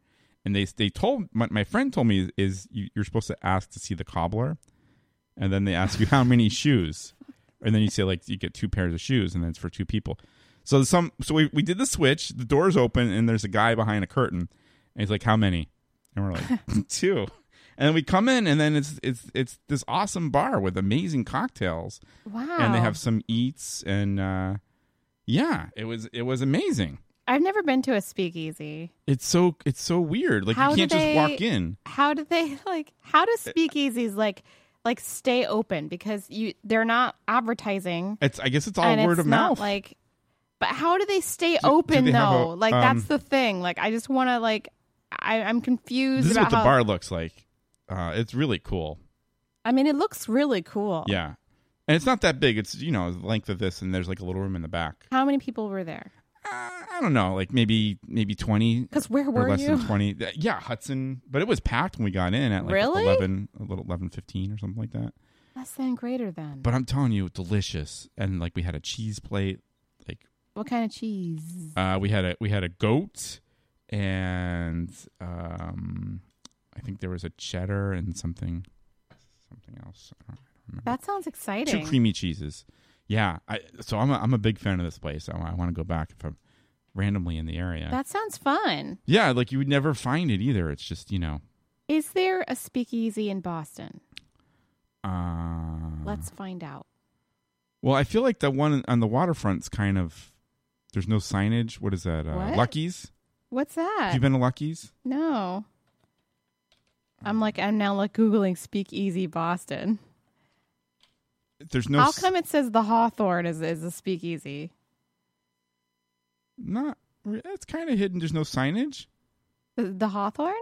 And they they told my, my friend told me is you, you're supposed to ask to see the cobbler, and then they ask you how many shoes, and then you say like you get two pairs of shoes, and then it's for two people. So there's some so we, we did the switch, the door's open, and there's a guy behind a curtain, and he's like, "How many?" And we're
(laughs)
like, (laughs) two. And then we come in, and then it's it's it's this awesome bar with amazing cocktails.
Wow.
And they have some eats, and uh, yeah, it was it was amazing.
I've never been to a speakeasy.
It's so it's so weird. Like
How
you
do
can't just
they-
walk in.
How do they (laughs) like? How do
uh,
speakeasies like like stay open because you they're not advertising.
It's I guess it's all
and
word
it's
of
not,
mouth.
Like, but how do they stay open
they have
though?
a-
like
um,
that's the thing. Like I just want to like I, I'm confused.
this is
about
what the
how-
bar looks like. Uh, it's really cool.
I mean, it looks really cool.
Yeah, and it's not that big. It's you know the length of this, and there's like a little room in the back.
How many people were there?
I don't know, like maybe maybe twenty.
'Cause where
or
were
less
you?
than twenty. Th- Yeah, Hudson, but it was packed when we got in at like
Really?
eleven, a little eleven fifteen or something like that.
(laughs) Less than, greater than.
But I'm telling you, delicious. And like we had a cheese plate, like
What kind of cheese?
uh, we had a we had a goat, and um, I think there was a cheddar and something something else. I don't, I don't remember.
That sounds exciting.
Two creamy cheeses. Yeah, I so I'm a, I'm a big fan of this place. I, want to go back if I'm randomly in the area.
That sounds fun.
Yeah, like you would never find it either. It's just you know.
Is there a speakeasy in Boston?
Uh,
Let's find out.
well, I feel like the one on the waterfront's kind of there's no signage. What is that? Uh,
What? Uh,
Lucky's.
What's that?
Have you been to Lucky's?
no.
Hmm.
I'm like I'm now like googling speakeasy Boston.
There's no.
How
s-
come it says the Hawthorne is is a speakeasy?
Not. re- It's kind of hidden. There's no signage.
The, the Hawthorne?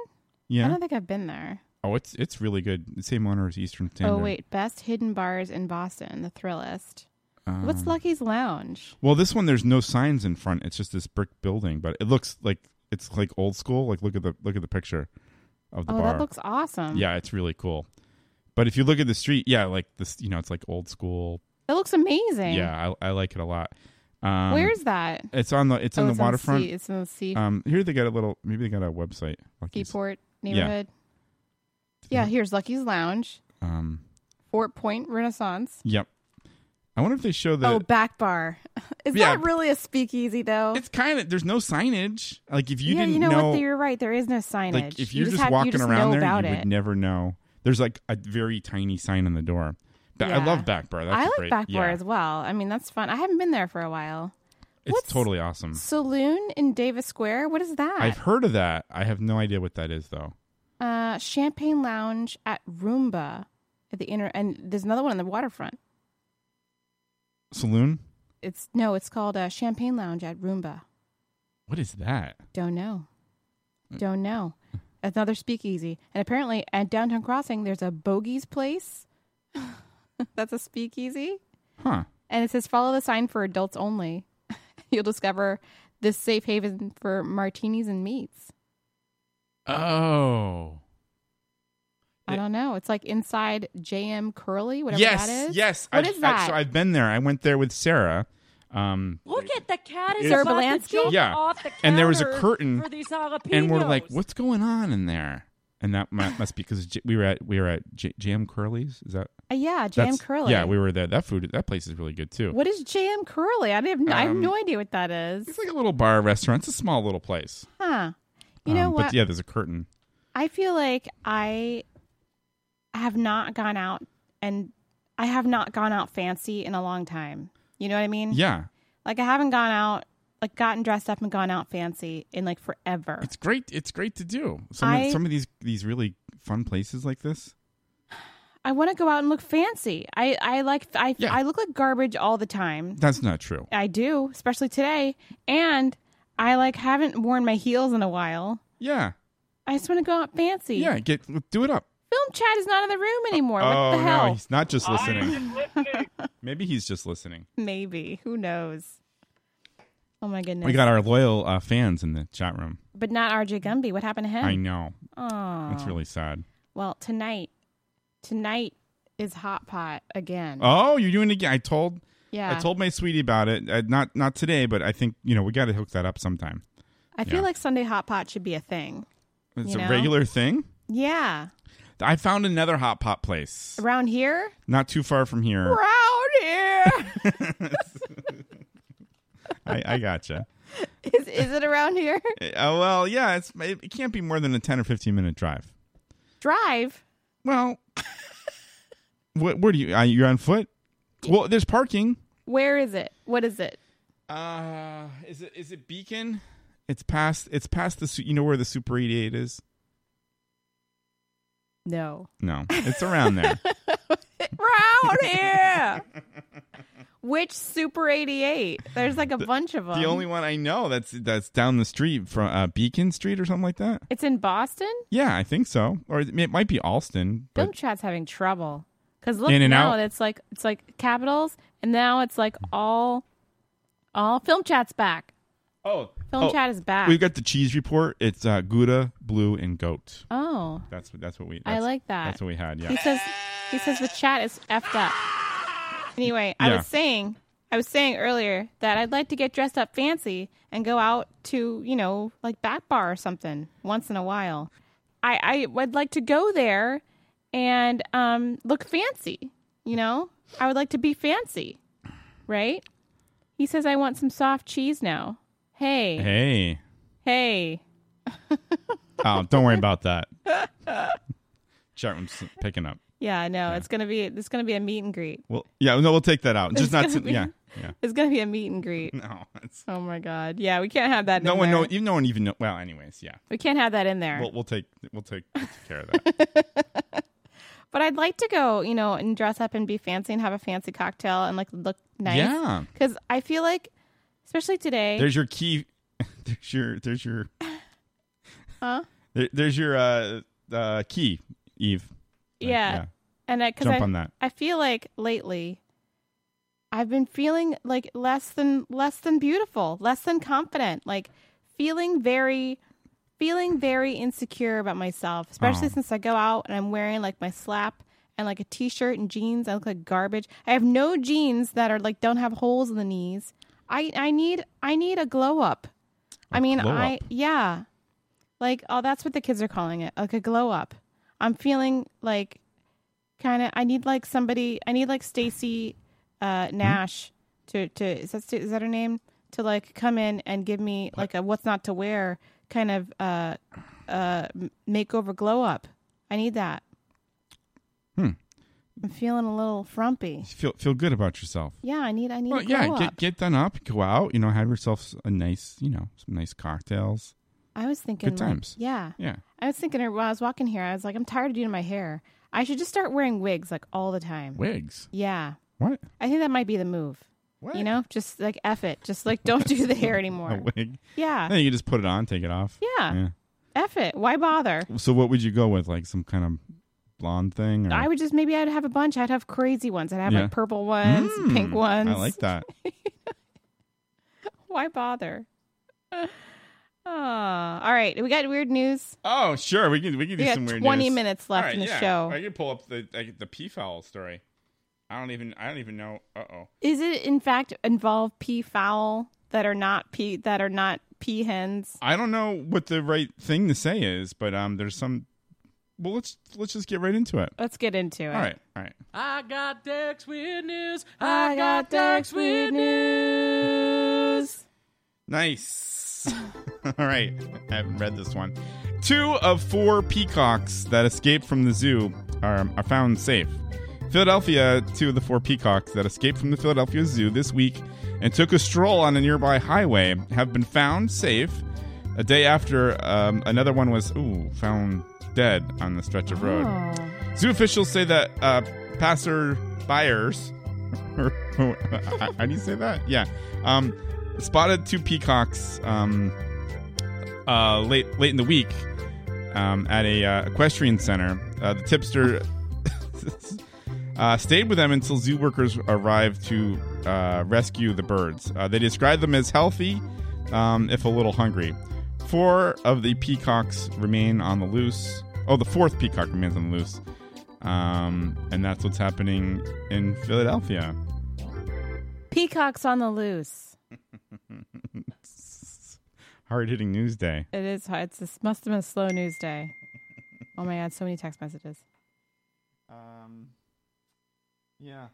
Yeah.
I don't think I've been there.
Oh, it's it's really good. The same honor as Eastern Standard.
Oh, wait. Best hidden bars in Boston, the Thrillist.
Um,
What's Lucky's Lounge?
Well, this one there's no signs in front. It's just this brick building, but it looks like it's like old school. Like look at the look at the picture of the
Oh, that
bar.
looks awesome.
Yeah, it's really cool. But if you look at the street, yeah, like this, you know, it's like old school.
That looks amazing.
Yeah, I, I like it a lot. Um,
Where is that?
It's on the it's
Oh,
on the
it's on the
waterfront.
sea- it's on the sea-
Um, here they got a little. Maybe they got a website. Lucky's.
Seaport
Yeah.
neighborhood. Yeah. here's Lucky's Lounge,
Um,
Fort Point Renaissance.
yep. I wonder if they show the.
oh, back bar. (laughs) Is
Yeah.
that really a speakeasy though? It's
kind of there's no signage. Like if you
Oh, yeah,
didn't
you know,
know,
what? You're right. There is no signage.
like if
You
you're just
have- you
walking
just know
around there,
about
you
it.
would never know. There's like a very tiny sign on the door. But I
Yeah.
love back bar. That's
I like
great.
back bar
Yeah.
as well. I mean, that's fun. I haven't been there for a while.
It's totally awesome.
Saloon in Davis Square. What is that?
Hmm. I've heard of that. I have no idea what that is though.
Uh, Champagne Lounge at Roomba at the inner, and there's another one on the waterfront.
Saloon?
It's no, it's called uh, Champagne Lounge at Roomba.
What is that?
Don't know.
Hmm.
Don't know. Another speakeasy, and apparently at Downtown Crossing, there's a Bogey's Place. (laughs) That's a speakeasy.
Huh.
And it says follow the sign for adults only. (laughs) You'll discover this safe haven for martinis and meats.
Oh.
I don't know. It's like inside JM Curly, whatever
yes.
that is.
Yes.
What
I,
is that?
so I've been there. I went there with Sarah. Um
Look at the cat is
Sir
about to
Belansky?
jump
Yeah.
off the
And there was a
counter
curtain,
for these
and we're
jalapenos.
like, "What's going on in there?" And that mu- must be because we were at we were at J- Jam Curly's. Is that?
Uh, yeah,
That's-
JM Curly.
Yeah, we were there. That food, that place is really good too.
What is JM Curly? I have, no, I have
Um,
no idea what that is.
It's like a little bar restaurant. It's a small little place.
Huh. You know
Um,
what?
But yeah, there's a curtain.
I feel like I have not gone out and I have not gone out fancy in a long time. You know what I mean?
Yeah,
Like I haven't gone out, like gotten dressed up and gone out fancy in like forever.
it's great. It's great to do. Some
I-
of, some of these these really fun places like this.
I want to go out and look fancy. I I like I I look like garbage all the time.
That's not true.
I do, especially today. And I like haven't worn my heels in a while.
Yeah,
I just want to go out fancy.
yeah. Get do it up.
Film chat is not in the room anymore.
oh
what the hell?
no, he's not just listening. Maybe he's just listening.
Maybe. Who knows? Oh my goodness.
We got our loyal uh, fans in the chat room.
But not RJ Gumby. What happened to him?
I know.
Oh.
That's really sad.
Well, tonight tonight is hot pot again.
Oh, you're doing it again. I told.
Yeah.
I told my sweetie about it. Uh, not not today, but I think you know we got to hook that up sometime.
I feel
yeah.
like Sunday hot pot should be a thing.
It's
you
a
know?
regular thing.
Yeah.
I found another hot pot place
Around here?
not too far from here.
Around (laughs) here.
I, I gotcha.
is is it
(laughs)
around here?
Uh, well, yeah, it's it, it can't be more than a ten or fifteen minute drive.
Drive.
Well, (laughs) What? Where do you? Uh, you're on foot. Well, there's parking.
where is it? What is it?
Uh, is it is it Beacon? It's past. It's past the. su- You know where the Super 88 is?
No.
No, it's around
(laughs)
there.
Around here. (laughs) Which Super 88? There's like a bunch of them.
the only one I know that's that's down the street from uh, Beacon Street or something like that.
It's in Boston?
Yeah, I think so. Or it, it might be Alston, but
Film chat's having trouble because look
In and
now
out.
it's like it's like capitals, and now it's like all all film chat's back.
Oh,
film
oh,
chat is back.
We've got the cheese report. It's uh, Gouda, blue, and goat.
oh,
That's what that's what we.
I
that's-
like that.
That's what we had. Yeah.
(laughs) He says he says the chat is effed up. Anyway, I
Yeah.
was saying I was saying earlier that I'd like to get dressed up fancy and go out to, you know, like back bar or something once in a while. I, I would like to go there and um look fancy, you know? I would like to be fancy. Right? He says I want some soft cheese now. Hey.
hey.
Hey.
Oh, don't worry about
(laughs)
that. Chat room's picking up.
Yeah, no, it's gonna be it's gonna be a meet and greet.
Well, yeah. No, we'll take that out. Just
It's
not.
gonna
To,
be-
yeah. Yeah.
It's gonna be a meet and greet.
No.
Oh my god. Yeah, we can't have that.
No
in
one
there.
know. You no one even know. Well, anyways, yeah.
We can't have that in there.
We'll, we'll take we'll take, we'll take care of that.
but I'd like to go, you know, and dress up and be fancy and have a fancy cocktail and like look nice.
Yeah.
Because I feel like, especially
(laughs)
today,
There's your key. There's your there's your
(laughs) Huh?
There, there's your uh, uh, key, Eve.
Yeah.
yeah.
And I, cause
Jump
I,
on that.
I feel like lately I've been feeling like less than, less than beautiful, less than confident, like feeling very, feeling very insecure about myself, especially
Aw.
since I go out and I'm wearing like my slap and like a t-shirt and jeans. I look like garbage. I have no jeans that are like, don't have holes in the knees. I, I need, I need a glow up. I mean,
glow
I,
up.
yeah. Like, oh, that's what the kids are calling it. Like a glow up. I'm feeling like kind of, I need like somebody, I need like Stacy uh,
Hmm?
Nash to, to, is that, Sta- is that her name? To like come in and give me like a what's not to wear kind of uh, uh, m- makeover glow up. I need that.
Hmm.
I'm feeling a little frumpy.
Feel feel good about yourself.
Yeah, I need, I need
Well,
a glow
yeah,
up.
get get done up, go out, you know, have yourself a nice, you know, some nice cocktails.
I was thinking
Good
like-
times.
yeah.
Yeah.
I was thinking when I was walking here, I was like, I'm tired of doing my hair. I should just start wearing wigs like all the time.
Wigs?
Yeah.
What?
I think that might be the move.
What?
You know, just like F it. Just like don't do
(laughs)
the hair
A
anymore. (laughs)
wig.
Yeah.
Then you can just put it on, take it off.
Uh, Yeah. F it. Why bother?
Yeah. So what would you go with? Like some kind of blonde thing? Or...
I would just maybe I'd have a bunch. I'd have crazy ones. I'd have
Yeah.
like purple ones,
Mm,
pink ones.
I like
(laughs)
that.
Why bother? (laughs) Oh, all right. We got weird news.
Oh, sure. We can we can
We
do
got
some weird
20
news.
minutes left
All right,
in the
yeah.
show.
I can pull up the like, the peafowl story. I don't even I don't even know. Uh oh.
Is it in fact involve pea fowl that are not pea that are not pea hens?
I don't know what the right thing to say is, but um, there's some. Well, let's let's just get right into it.
Let's get into it.
All right, all right.
I got Dex with news.
I got Dex with news.
Nice. (laughs) All right. I haven't read this one. Two of four peacocks that escaped from the zoo are, are found safe. Philadelphia, two of the four peacocks that escaped from the Philadelphia Zoo this week and took a stroll on a nearby highway have been found safe a day after um, another one was ooh, found dead on the stretch of road. Zoo officials say that uh, passer buyers, (laughs) how do you say that? Yeah, um, spotted two peacocks um, uh, late late in the week um, at a uh, equestrian center. Uh, the tipster (laughs) uh, stayed with them until zoo workers arrived to uh, rescue the birds. Uh, they described them as healthy, um, if a little hungry. Four of the peacocks remain on the loose. Oh, the fourth peacock remains on the loose. Um, and that's what's happening in Philadelphia.
Peacocks on the loose.
Hard hitting news day.
It is hard. It's this must have been a slow news day. Oh my god, so many text messages.
Um, yeah.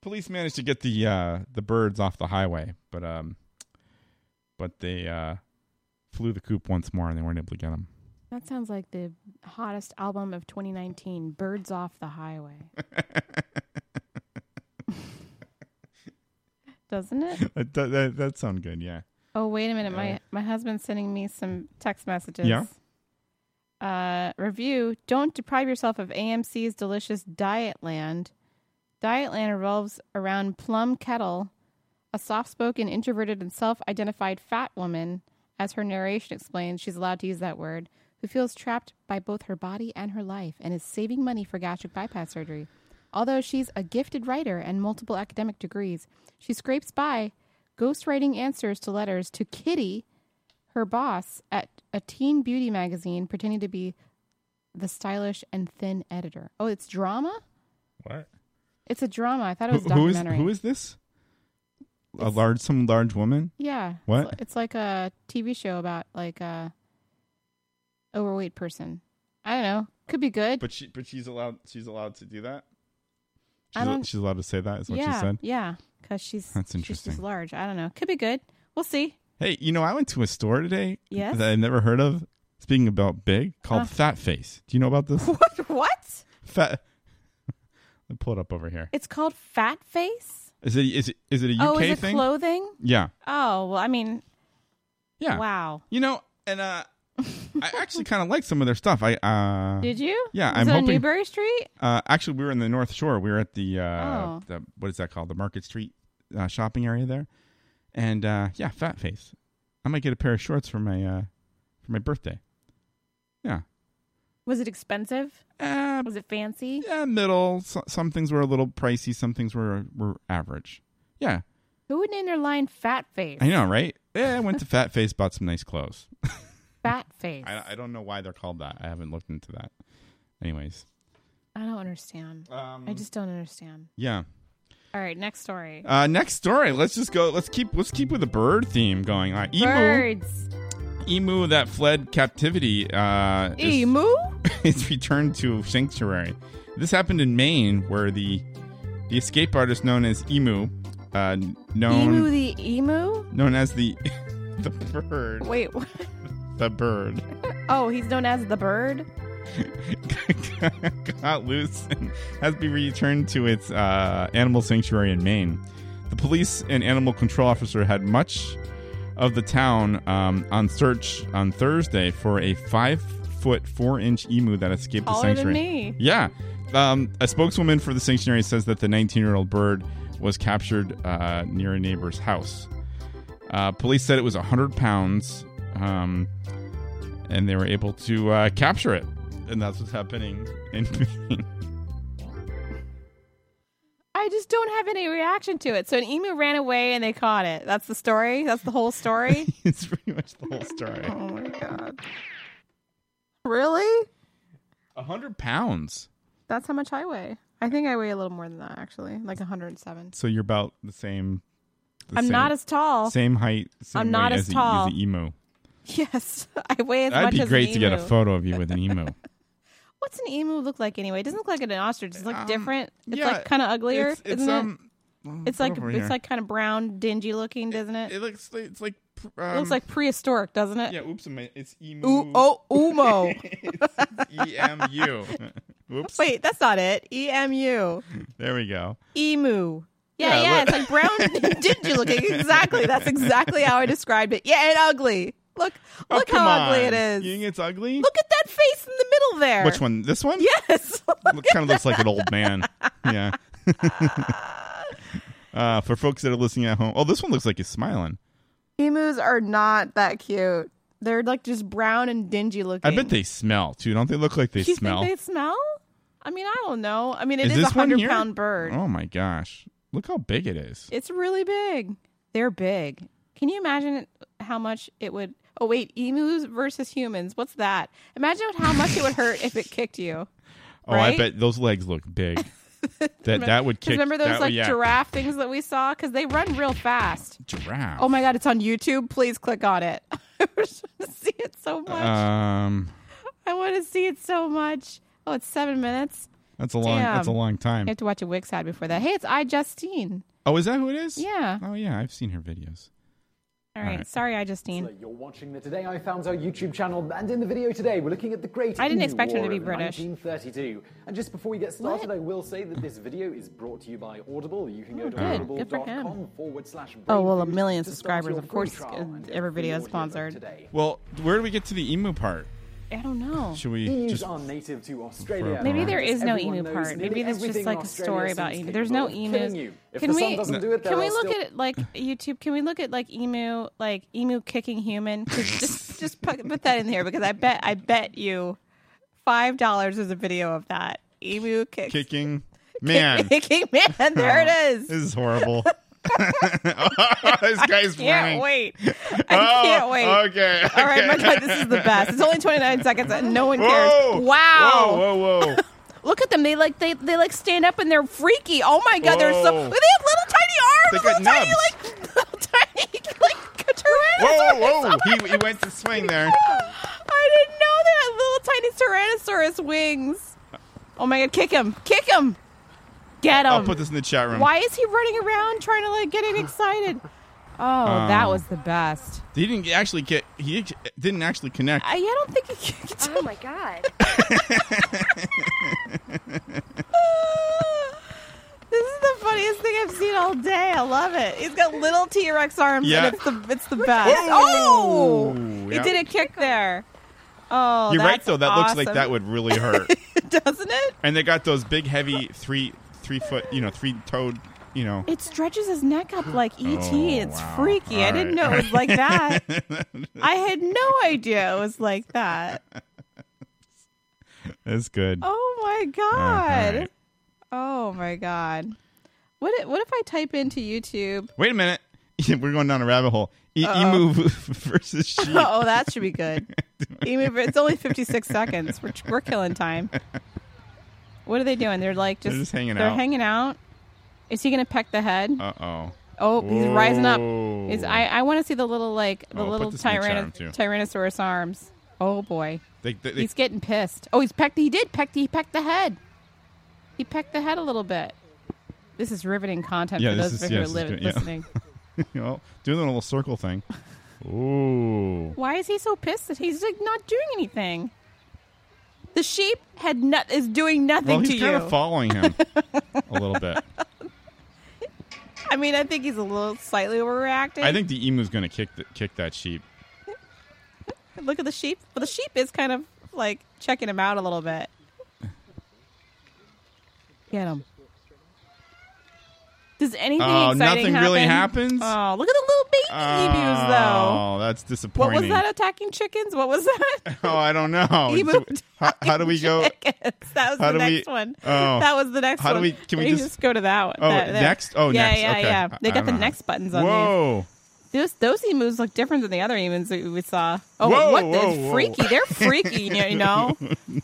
Police managed to get the uh, the birds off the highway, but um, but they uh, flew the coop once more and they weren't able to get them.
That sounds like the hottest album of 2019, Birds Off the Highway. (laughs) Doesn't it?
Uh, that, that, that, that sound good, yeah.
Oh wait a minute,
Yeah.
my my husband's sending me some text messages.
Yeah?
Uh, review: Don't deprive yourself of AMC's delicious Dietland. Dietland revolves around Plum Kettle, a soft-spoken, introverted, and self-identified fat woman. As her narration explains, she's allowed to use that word. Who feels trapped by both her body and her life, and is saving money for gastric bypass surgery. Although she's a gifted writer and multiple academic degrees, she scrapes by ghostwriting answers to letters to Kitty, her boss, at a teen beauty magazine, pretending to be the stylish and thin editor. Oh, it's drama?
What?
It's a drama. I thought it was
who is
documentary.
who is this? A large, some large woman.
Yeah.
What?
It's, it's like a TV show about like a overweight person. I don't know. Could be good.
But she, but she's allowed. She's allowed to do that.
I
She's,
don't-
she's allowed to say that. Is what
yeah,
she said.
Yeah, because she's
That's
She's
interesting.
just large. I don't know. Could be good. We'll see.
Hey, you know, I went to a store today.
Yes?
That I never heard of. Speaking about big, called
Huh.
Fat Face. Do you know about this?
(laughs) What? What?
Fat. (laughs) Let me pull it up over here.
It's called Fat Face.
Is it is it is it a UK
oh, is it
thing?
clothing?
Yeah.
Oh well, I mean,
Yeah.
Wow.
You know, and uh, I actually kind of like some of their stuff. I uh,
Did you?
Yeah, I'm
Was it on
hoping.
Newberry Street.
Uh, actually, we were in the North Shore. We were at the, uh,
Oh.
the what is that called? The Market Street uh, shopping area there. And uh, yeah, fat face. I might get a pair of shorts for my uh, for my birthday.
Was it expensive? was it fancy?
Yeah, middle. So, some things were a little pricey. Some things were were average. Yeah,
Who would name their line Fat Face?
I know, right? Yeah, I went to Fat Face, bought some nice clothes.
Fat Face. I,
I, I don't know why they're called that. I haven't looked into that. Anyways,
don't understand.
Um,
I just don't understand.
yeah.
All right, next story.
Uh, next story. Let's just go. Let's keep. Let's keep with the bird theme going. Uh, emu,
Birds.
emu that fled captivity. Uh, is-
Emu?
(laughs) is returned to sanctuary. This happened in Maine, where the the escape artist known as Emu, uh, known
Emu the emu?
known as the (laughs) the bird,
Wait, (laughs) what?
the bird,
Oh, he's known as the bird?
(laughs) got loose and has to be returned to its uh, animal sanctuary in Maine. The police and animal control officer had much of the town um, on search on Thursday for a five foot four inch emu that escaped the
Taller than
sanctuary.
me.
Yeah. Um, a spokeswoman for the sanctuary says that the 19 year old bird was captured uh, near a neighbor's house. Uh, police said it was 100 pounds, um, and they were able to uh, capture it. And that's what's happening in Maine. (laughs)
I just don't have any reaction to it. So an emu ran away and they caught it. That's the story? That's the whole story?
it's pretty much the whole story.
(laughs) Oh my god. Really?
100 pounds.
That's how much I weigh. I think I weigh a little more than that actually, like 107.
So you're about the same. the
I'm
same-
not as tall.
Same height. Same
I'm not
weight
as
as, the-
tall.
as the emu.
(laughs) Yes, I weigh as much
That'd be
as
great
an
to get a
emu.
photo of you with an
(laughs)
emu.
What's an emu look like anyway? It doesn't look like an ostrich. It's like different. It's
yeah,
like kind of uglier.
it's- it's,
isn't
um,
it?
well,
it's
put
like
over
it's
here.
like kind of brown, dingy looking, doesn't it?
It looks it's like um,
it looks like prehistoric, doesn't it?
Yeah, oops, it's emu.
Ooh, oh,
(laughs)
umo.
E M
(laughs)
U. Whoops.
Wait, that's not it. Emu,
There we go.
emu. Yeah,
Yeah,
yeah,
look.
it's like (laughs) brown, dingy looking. Exactly. That's exactly how I described it. Yeah, and ugly. Look,
Oh,
look
come
how ugly
on.
it is.
You think it's ugly?
Look at that face in the middle there.
Which one? This one?
Yes.
Look, kind of looks like an old man. Yeah. uh, for folks that are listening at home, oh, this one looks like he's smiling.
(laughs) Emus are not that cute. They're like just brown and dingy looking.
I bet they smell too. Don't they look like they
Do you
smell?
Think they smell? I mean, I don't know. I mean, it
Is
is, a
this one
hundred
here?
pound bird.
Oh my gosh! Look how big it is.
It's really big. They're big. Can you imagine how much it would? Oh wait, emus versus humans. What's that? Imagine what- how much it would hurt if it kicked you.
Oh, I
Right?
bet those legs look
(laughs)
big. that that would
'Cause
kick.
Remember those
that, would-
like
yeah.
giraffe things that we saw? Because they run real fast.
Giraffe.
Oh my god, it's on YouTube. Please click on it. (laughs) I just want to see it so much.
Um,
I want to see it so much. Oh, it's seven minutes.
that's a long. That's a
Damn.
long time.
You have to watch a Wix ad before that. Hey, it's I Justine.
Oh, is that who it is?
Yeah.
Oh yeah, I've seen her videos.
All right.
All right.
Sorry, I Justine.
You're watching the Today I Found Our YouTube channel, and in the video today, we're looking at the Great
I didn't
Emu
expect him
War
to be
of
British.
1932. And just before we get started, I will say that this video is brought to you by Audible. You can go to
Um,
good. Good for
audible.com forward slash
Oh, well, a
brainfood
million
to start
subscribers.
your
Of course,
free trial.
uh, every video is sponsored.
Well, where do we get to the emu part?
I don't know.
Should we
Emus
just
are native to Australia.
Maybe there
As
is no
everyone
emu
knows,
part. Maybe
nearly
there's just
everything
like
in
a
Australia
story
seems
about emu. There's no
capable of killing
emus.
you. If
Can
the
we
sun doesn't do it, there
can we
are
look
still-
at like YouTube? Can we look at like emu like emu kicking
(laughs)
human? 'Cause just just put, put that in here because I bet I bet you five dollars is a video of that emu kick
kicking? Man,
(laughs) kicking man. There it is.
this is
(laughs)
horrible. (laughs) Oh, this guy's
can't
running. (laughs)
wait. I
Oh,
can't wait.
okay,
All right, my
okay.
God, this is the best. It's only 29 seconds and no one cares.
Whoa!
Wow.
Whoa!
(laughs)
Whoa! Whoa!
Look at them. They like they, they like stand up and they're freaky. Oh my god, they're so they have
Whoa.
little tiny arms.
They got
little tiny
nubs.
like (laughs) little tiny like
Whoa!
tyrannosaurus.
Whoa! He, he went to swing there.
I didn't know they had little tiny tyrannosaurus wings. Oh my god, kick him. Kick him. Get him.
I'll put this in the chat room.
Why is he running around trying to
(sighs)
like getting excited? Oh, that
Um,
was the best.
He didn't actually get. He ex- didn't actually connect.
I, I don't think he kicked Oh my god. (laughs) This is the funniest thing I've seen all day. I love it. He's got little T Rex arms,
Yeah.
and it's the it's the best.
Whoa!
Oh, he
Yeah.
did a kick there. Oh,
You're right
that's
though. That looks like
awesome.
that would really
(laughs)
hurt.
doesn't it?
and they got those big, heavy three three foot, you know, three toed, you know. (laughs)
It stretches his neck up like ET. it's
Oh, wow.
freaky. I
All
didn't
right.
know it was like that. I had no idea it was like that.
That's good.
Oh my god. Oh my god. What if, what if I type into
(laughs)
YouTube? (laughs)
Wait a minute. We're going down a rabbit hole. E-
Uh-oh.
emu (laughs) v- versus sheep.
(laughs) oh, that should be good. Even if it's only 56 seconds. We're, we're killing time. What are they doing? They're like
They're
just,
just hanging
they're
out.
hanging out. Is he going to peck the head?
Uh oh.
Oh, he's rising up. Is
Whoa.
I I want to see the little like the
Oh, put
little
this in the
tyranno-
charm, too.
tyrannosaurus arms. Oh boy,
They- they- they-
he's getting pissed. Oh, he's pecked. He did peck. He pecked the head. He pecked the head a little bit. This is riveting content
yeah,
for
this
those
is,
of
yeah,
you who
this
are
is
live-
good.
listening.
Yeah. you know, doing a little circle thing. Ooh.
Why is he so pissed that he's like not doing anything? The sheep had no- is doing nothing
Well,
to
he's
you.
kind of following
(laughs)
him a little bit.
I mean, I think he's a little slightly overreacting.
I think the emu's going to kick the, kick that sheep.
Look at the sheep. Well, the sheep is kind of like checking him out a little bit. Get him. Does anything
Oh,
exciting
nothing really
happen?
happens?
Oh, look at the little baby emus, though.
Oh, that's
What
disappointing.
was that attacking chickens? What
(laughs)
was that? (laughs)
Oh, I don't know.
Emu
So, how, how
(laughs)
do we go?
Chickens. That was
How
the
do we-
next one.
oh.
That was the next
How do
one.
we- can we
You
just-
just go to that one?
Oh,
that, that-
next? Oh,
yeah,
next.
Yeah,
Okay.
yeah,
I-
They
I
got the
don't know.
next buttons on these.
Whoa.
Those those emus look different than the other emus that we saw. Oh,
Whoa,
what
whoa,
the
whoa.
freaky? They're freaky,
(laughs)
you know.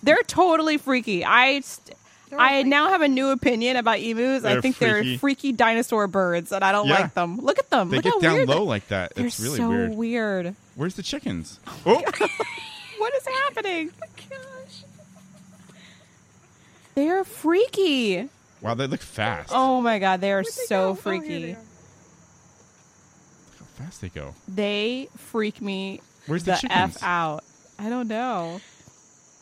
They're totally freaky. I st- I now have a new opinion about emus. I
They're
think
freaky.
they're freaky dinosaur birds, and I don't
Yeah.
like them. Look at them.
They
look
get
how
down
weird
low
they-
like that.
They're
It's really
so
weird.
weird.
Where's the
(laughs)
chickens? Oh,
What is happening? They are freaky.
wow, they look fast.
Oh my god, they are so freaky.
How fast they go.
They freak me
Where's the chickens?
f out. I don't know.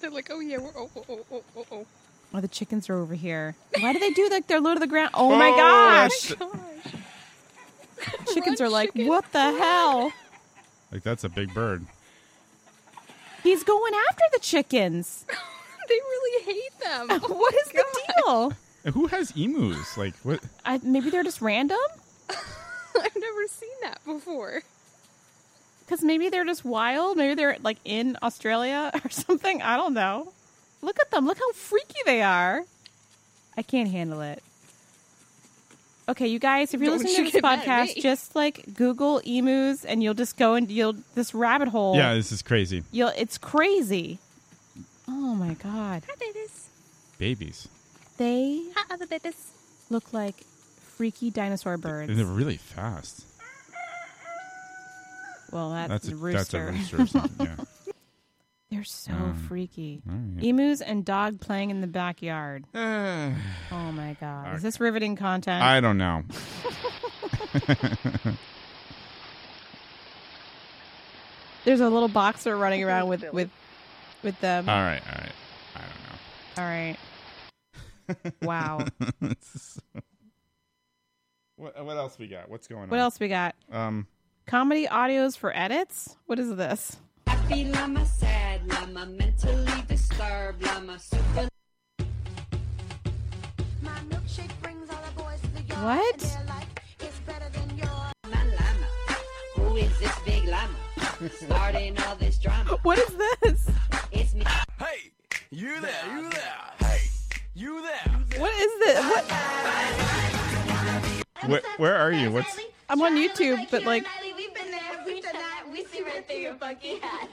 They're like, oh yeah, we're, oh, oh, oh, oh, oh, oh.
Oh, the chickens are over here. Why do they do like they're low to the ground? Oh, my
Oh,
gosh!
(laughs) that's-
chickens are like, what the hell?
Like that's a big bird.
He's going after the
(laughs)
chickens.
They really hate them.
what is the deal?
And Who has emus? Like what?
I, maybe they're just random.
I've never seen that before.
Because maybe they're just wild. Maybe they're like in Australia (laughs) or something. I don't know. Look at them. Look how freaky they are. I can't handle it. Okay, you guys, if you're
Don't
listening
you
to this
get mad at
podcast,
me.
just like Google emus and you'll just go and you'll this rabbit hole.
Yeah, this is crazy.
You'll, it's crazy. Oh my god. Hi, babies.
Babies.
They
Hi, other babies.
look like freaky dinosaur birds.
They're really fast.
Well, that's,
That's a-
a, rooster.
that's a rooster or something, yeah.
(laughs) They're so
Um,
freaky.
all right.
Emus and dog playing in the backyard. (laughs) (sighs)
oh
my god!
Okay.
Is this riveting content?
I don't know.
There's a little boxer running around with with with
all
them.
right, all right. I don't know.
All
(laughs)
right. Wow.
This is- what what else we got? What's going on?
What else we got?
Um,
Comedy audios for edits. What is this?
Happy llama, sad llama, mentally disturbed llama, super. My milkshake brings all the boys to the yard.
What?
and they're like, "It's better than yours." My llama, who is this big llama? Starting all this drama.
(laughs) What is this?
It's me.
Hey, you there, you there. Hey, you there.
What is this? What?
where, where are you? What's
I'm on YouTube, but like,
We've been there, we've done that, we see right through your funky hat.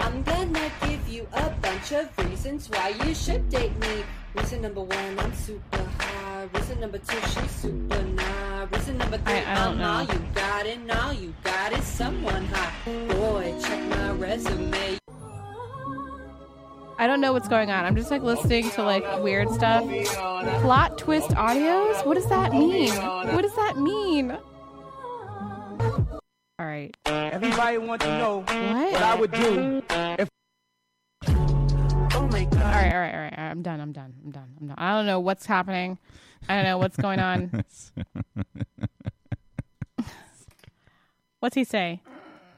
I'm gonna give you a bunch of reasons why you should date me. Reason number one, I'm super high. Reason number two, she's super nah. Reason number three,
I don't
am
know.
all you got, and all you got is someone hot. Boy, check my resume.
I don't know what's going on. I'm just like listening to like weird stuff. Plot twist audios? What does that mean? What does that mean? All right.
Everybody wants to know
what,
I would do if. Oh my
All right, all right, all right. I'm done. I'm done. I'm done. I'm done. I don't know what's happening. I don't know what's going on.
(laughs)
What's he say?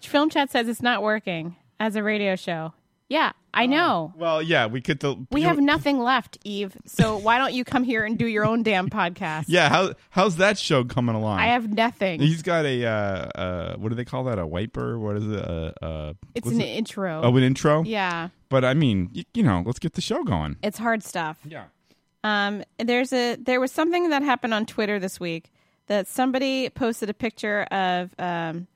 Film chat says it's not working as a radio show. Yeah,
Oh.
I know.
Well, yeah, we could. Del-
we have nothing left, Eve.
(laughs)
So why don't you come here and do your own damn podcast?
Yeah, how how's that show coming along?
I have nothing.
He's got a uh, uh, what do they call that? A wiper? What is it? Uh, uh,
It's
what's
an
it?
intro.
Oh, an intro.
Yeah.
But I mean, you, you know, let's get the show going.
It's hard stuff.
Yeah.
Um, there's a there was something that happened on Twitter this week that somebody posted a picture of um,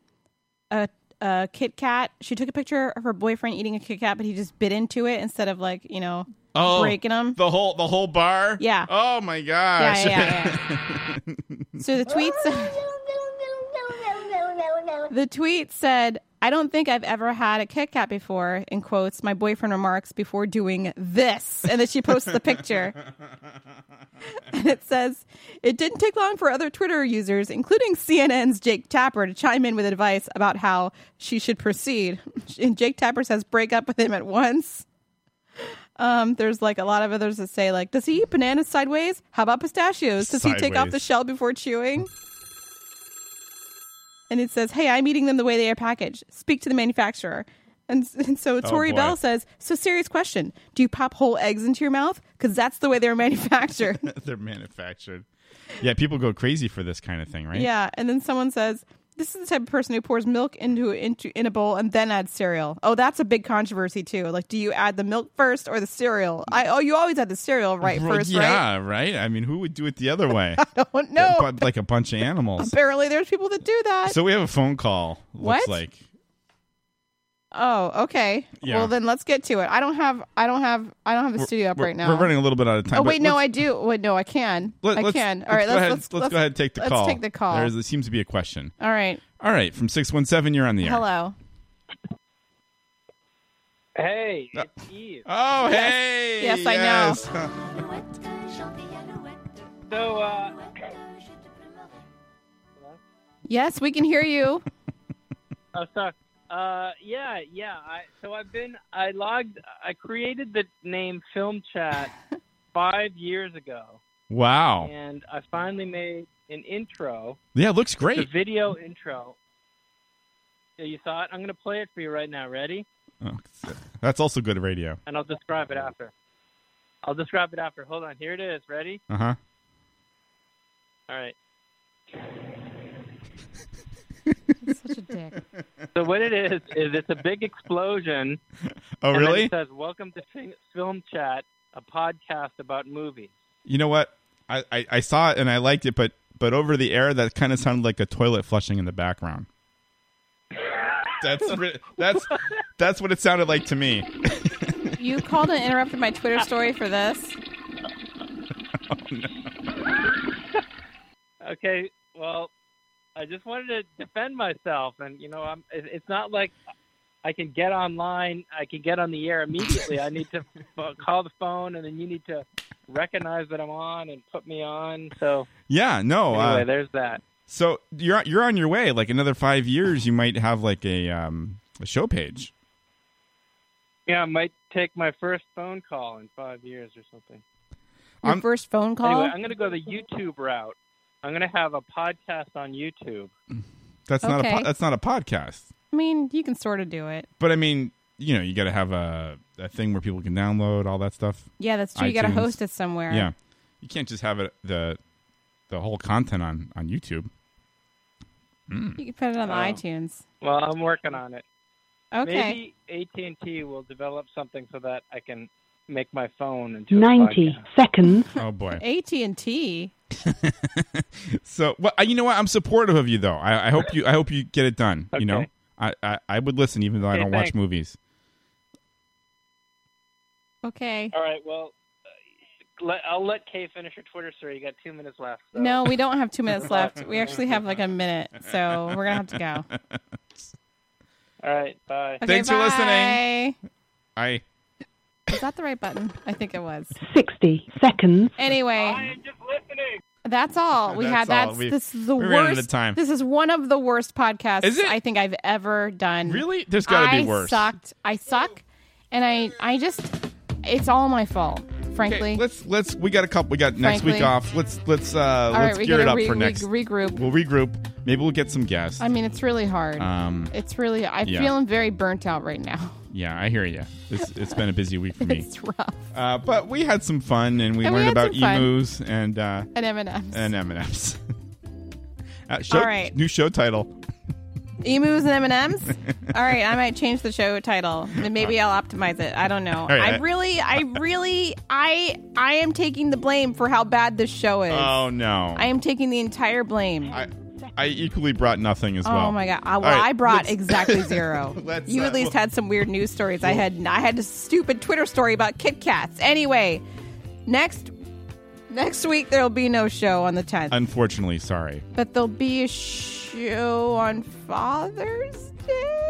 a a Kit Kat. She took a picture of her boyfriend eating a Kit Kat, but he just bit into it instead of like you know
Oh,
breaking them.
The whole the whole bar.
Yeah.
Oh my
Yeah,
gosh.
yeah,
(laughs)
So the tweet said, the tweet said, "I don't think I've ever had a Kit Kat before." In quotes, my boyfriend remarks before doing this, and then she posts the picture. (laughs) And it says, "It didn't take long for other Twitter users, including CNN's Jake Tapper, to chime in with advice about how she should proceed." (laughs) And Jake Tapper says, "Break up with him at once." Um, there's like a lot of others that say like, does he eat bananas sideways? How about pistachios? Does he take off the
Sideways.
shell before chewing? And it says, hey, I'm eating them the way they are packaged. Speak to the manufacturer. And, and so
Oh,
Tori
boy.
Bell says, so serious question. Do you pop whole eggs into your mouth? Because that's the way they're (laughs) manufactured.
(laughs) They're manufactured. Yeah, people go crazy for this kind of thing, right?
Yeah. And then someone says, this is the type of person who pours milk into, into in a bowl and then adds cereal. Oh, that's a big controversy too. Like, do you add the milk first or the cereal? I oh, you always add the cereal right
Well,
first, (laughs) right?
yeah, right? I mean, who would do it the other
(laughs)
way?
I don't know.
But like a bunch of
(laughs)
animals.
Apparently, there's people that do that.
So we have a phone call. Looks
What?
like
oh, okay.
Yeah.
Well, then let's get to it. I don't have, I don't have, I don't have the
We're-
studio up
we're-
right now.
We're running a little bit out of time.
oh
but
wait, no,
let's-
I do. Wait, no, I can.
let-
I
let's-
can. All right,
go
let's
ahead,
let's,
go ahead and take the
let's
call.
take the call.
There's, there seems to be a question.
All right.
All right, from six one seven, you're on the air.
Hello.
Hey, it's Eve.
Oh, Yes. hey, Yes, I yes.
know. so, uh,
Yes, we can hear you.
oh, sorry. Uh, yeah, yeah. I, so I've been, I logged, I created the name Film
(laughs)
Chat five years ago.
(laughs) Wow.
And I finally made an intro.
Yeah, it looks
The
great.
video intro. Yeah, you saw it? I'm going to play it for you right now. Ready?
Oh, that's also good radio.
And I'll describe it after. I'll describe it after. Hold on. Here it is. Ready?
Uh huh.
All right.
Such a dick.
So what it is is it's a big explosion.
Oh,
and then
really?
It says, "Welcome to Fing- Film Chat, a podcast about movies."
You know what? I, I, I saw it and I liked it, but but over the air, that kind of sounded like a toilet flushing in the background. That's ri- that's that's what it sounded like to me.
You called and interrupted my Twitter story for this.
Okay. Well, I just wanted to defend myself, and you know, I'm. it- It's not like I can get online. I can get on the air immediately. I need to f- call the phone, and then you need to recognize that I'm on and put me on. So
Yeah, no.
anyway,
uh,
there's that.
So you're you're on your way. Like another five years, you might have like a um a show page.
Yeah, I might take my first phone call in five years or something.
Your
I'm-
first phone call.
Anyway, I'm going to go the YouTube route. I'm going to have a podcast on YouTube.
That's not a po-
Okay.
that's not a podcast.
I mean, you can sort of do it.
But I mean, you know, you got to have a a thing where people can download all that stuff.
Yeah, that's true. You gotta
iTunes.
host it somewhere.
Yeah, you can't just have it the the whole content on on
(laughs)
YouTube. Mm.
You can put it on
Oh.
iTunes.
Well, I'm working on it.
Okay.
Maybe AT&T will develop something so that I can make my phone into a
90 seconds.
Oh boy.
AT and T.
So, well, I- you know what? I'm supportive of you, though. I, I hope you. I hope you get it done. You know,
Okay.
I, I I would listen, even though I
Okay,
don't watch
thanks.
movies.
Okay.
All right. Well, uh, let, I'll let Kay finish her Twitter story. You got two minutes left. so-
No, we don't have two minutes left. We actually have like a minute, so we're gonna have to go.
All right. Bye.
Okay,
Thanks for listening.
bye.
I
Is that the right button? I think it was.
60 seconds.
Anyway, That's all we
That's
had.
all.
That's
We-
this is the
we ran out
worst.
of time.
This is one of the worst podcasts
Is it?
I think I've ever done.
Really? There's gotta be
I
worse.
Sucked. I suck, and I I just it's all my fault, frankly.
Okay, let's let's we got a couple. We got next week
Frankly.
off. Let's let's uh
all right,
let's
we
gear
gotta
it up
re-
for
re-
next.
regroup.
We'll regroup. Maybe we'll get some guests.
I mean, it's really hard.
Um,
it's really I'm
yeah.
feeling very burnt out right now. (laughs)
Yeah, I hear you. It's, it's been a busy week for me.
It's rough.
Uh, but we had some fun, and we
And we
learned
had
about
some fun.
emus and uh,
And M&Ms.
and M and M's. (laughs) Uh, show,
All right.
New show title.
Emus and M&Ms?
(laughs)
All right, I might change the show title. And Maybe I'll optimize it. I don't know.
All right, I-
I really I really I I am taking the blame for how bad this show is.
Oh no!
I am taking the entire blame.
I equally brought nothing as well.
Oh my god! Uh,
All
well,
right,
I brought
let's- (laughs)
exactly zero.
Let's,
you
uh,
at least
well-
had some weird news stories. I had I had a stupid Twitter story about Kit Kats. Anyway, next next week there'll be no show on the tenth,
Unfortunately, sorry.
but there'll be a show on Father's.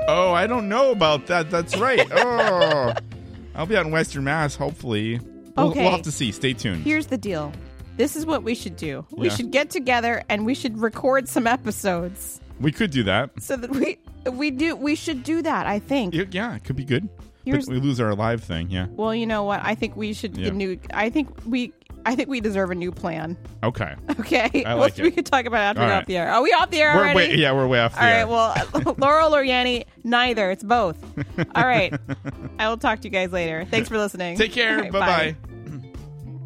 Oh, I don't know about that. That's
(laughs)
right. Oh, I'll be out in Western Mass. Hopefully, we'll,
Okay.
we'll have to see. Stay tuned.
Here's the deal. This is what we should do. We
Yeah.
should get together and we should record some episodes
We could do that.
so that we we do we should do that. I think.
Y- Yeah, it could be good.
Here's-
But we lose our live thing. Yeah.
Well, you know what? I think we should
Yeah.
get new. I think we. I think we deserve a new plan. (laughs)
Okay.
Okay,
I like
Well, we
it.
could talk about it after
All
we're
right.
off the air. Are we off the air
We're
already?
way, yeah, we're way off
All
the
right.
air. (laughs)
Well, Laurel or Yanni, neither. It's both. All right. I will talk to you guys later. Thanks for listening.
Take care.
All right,
bye bye.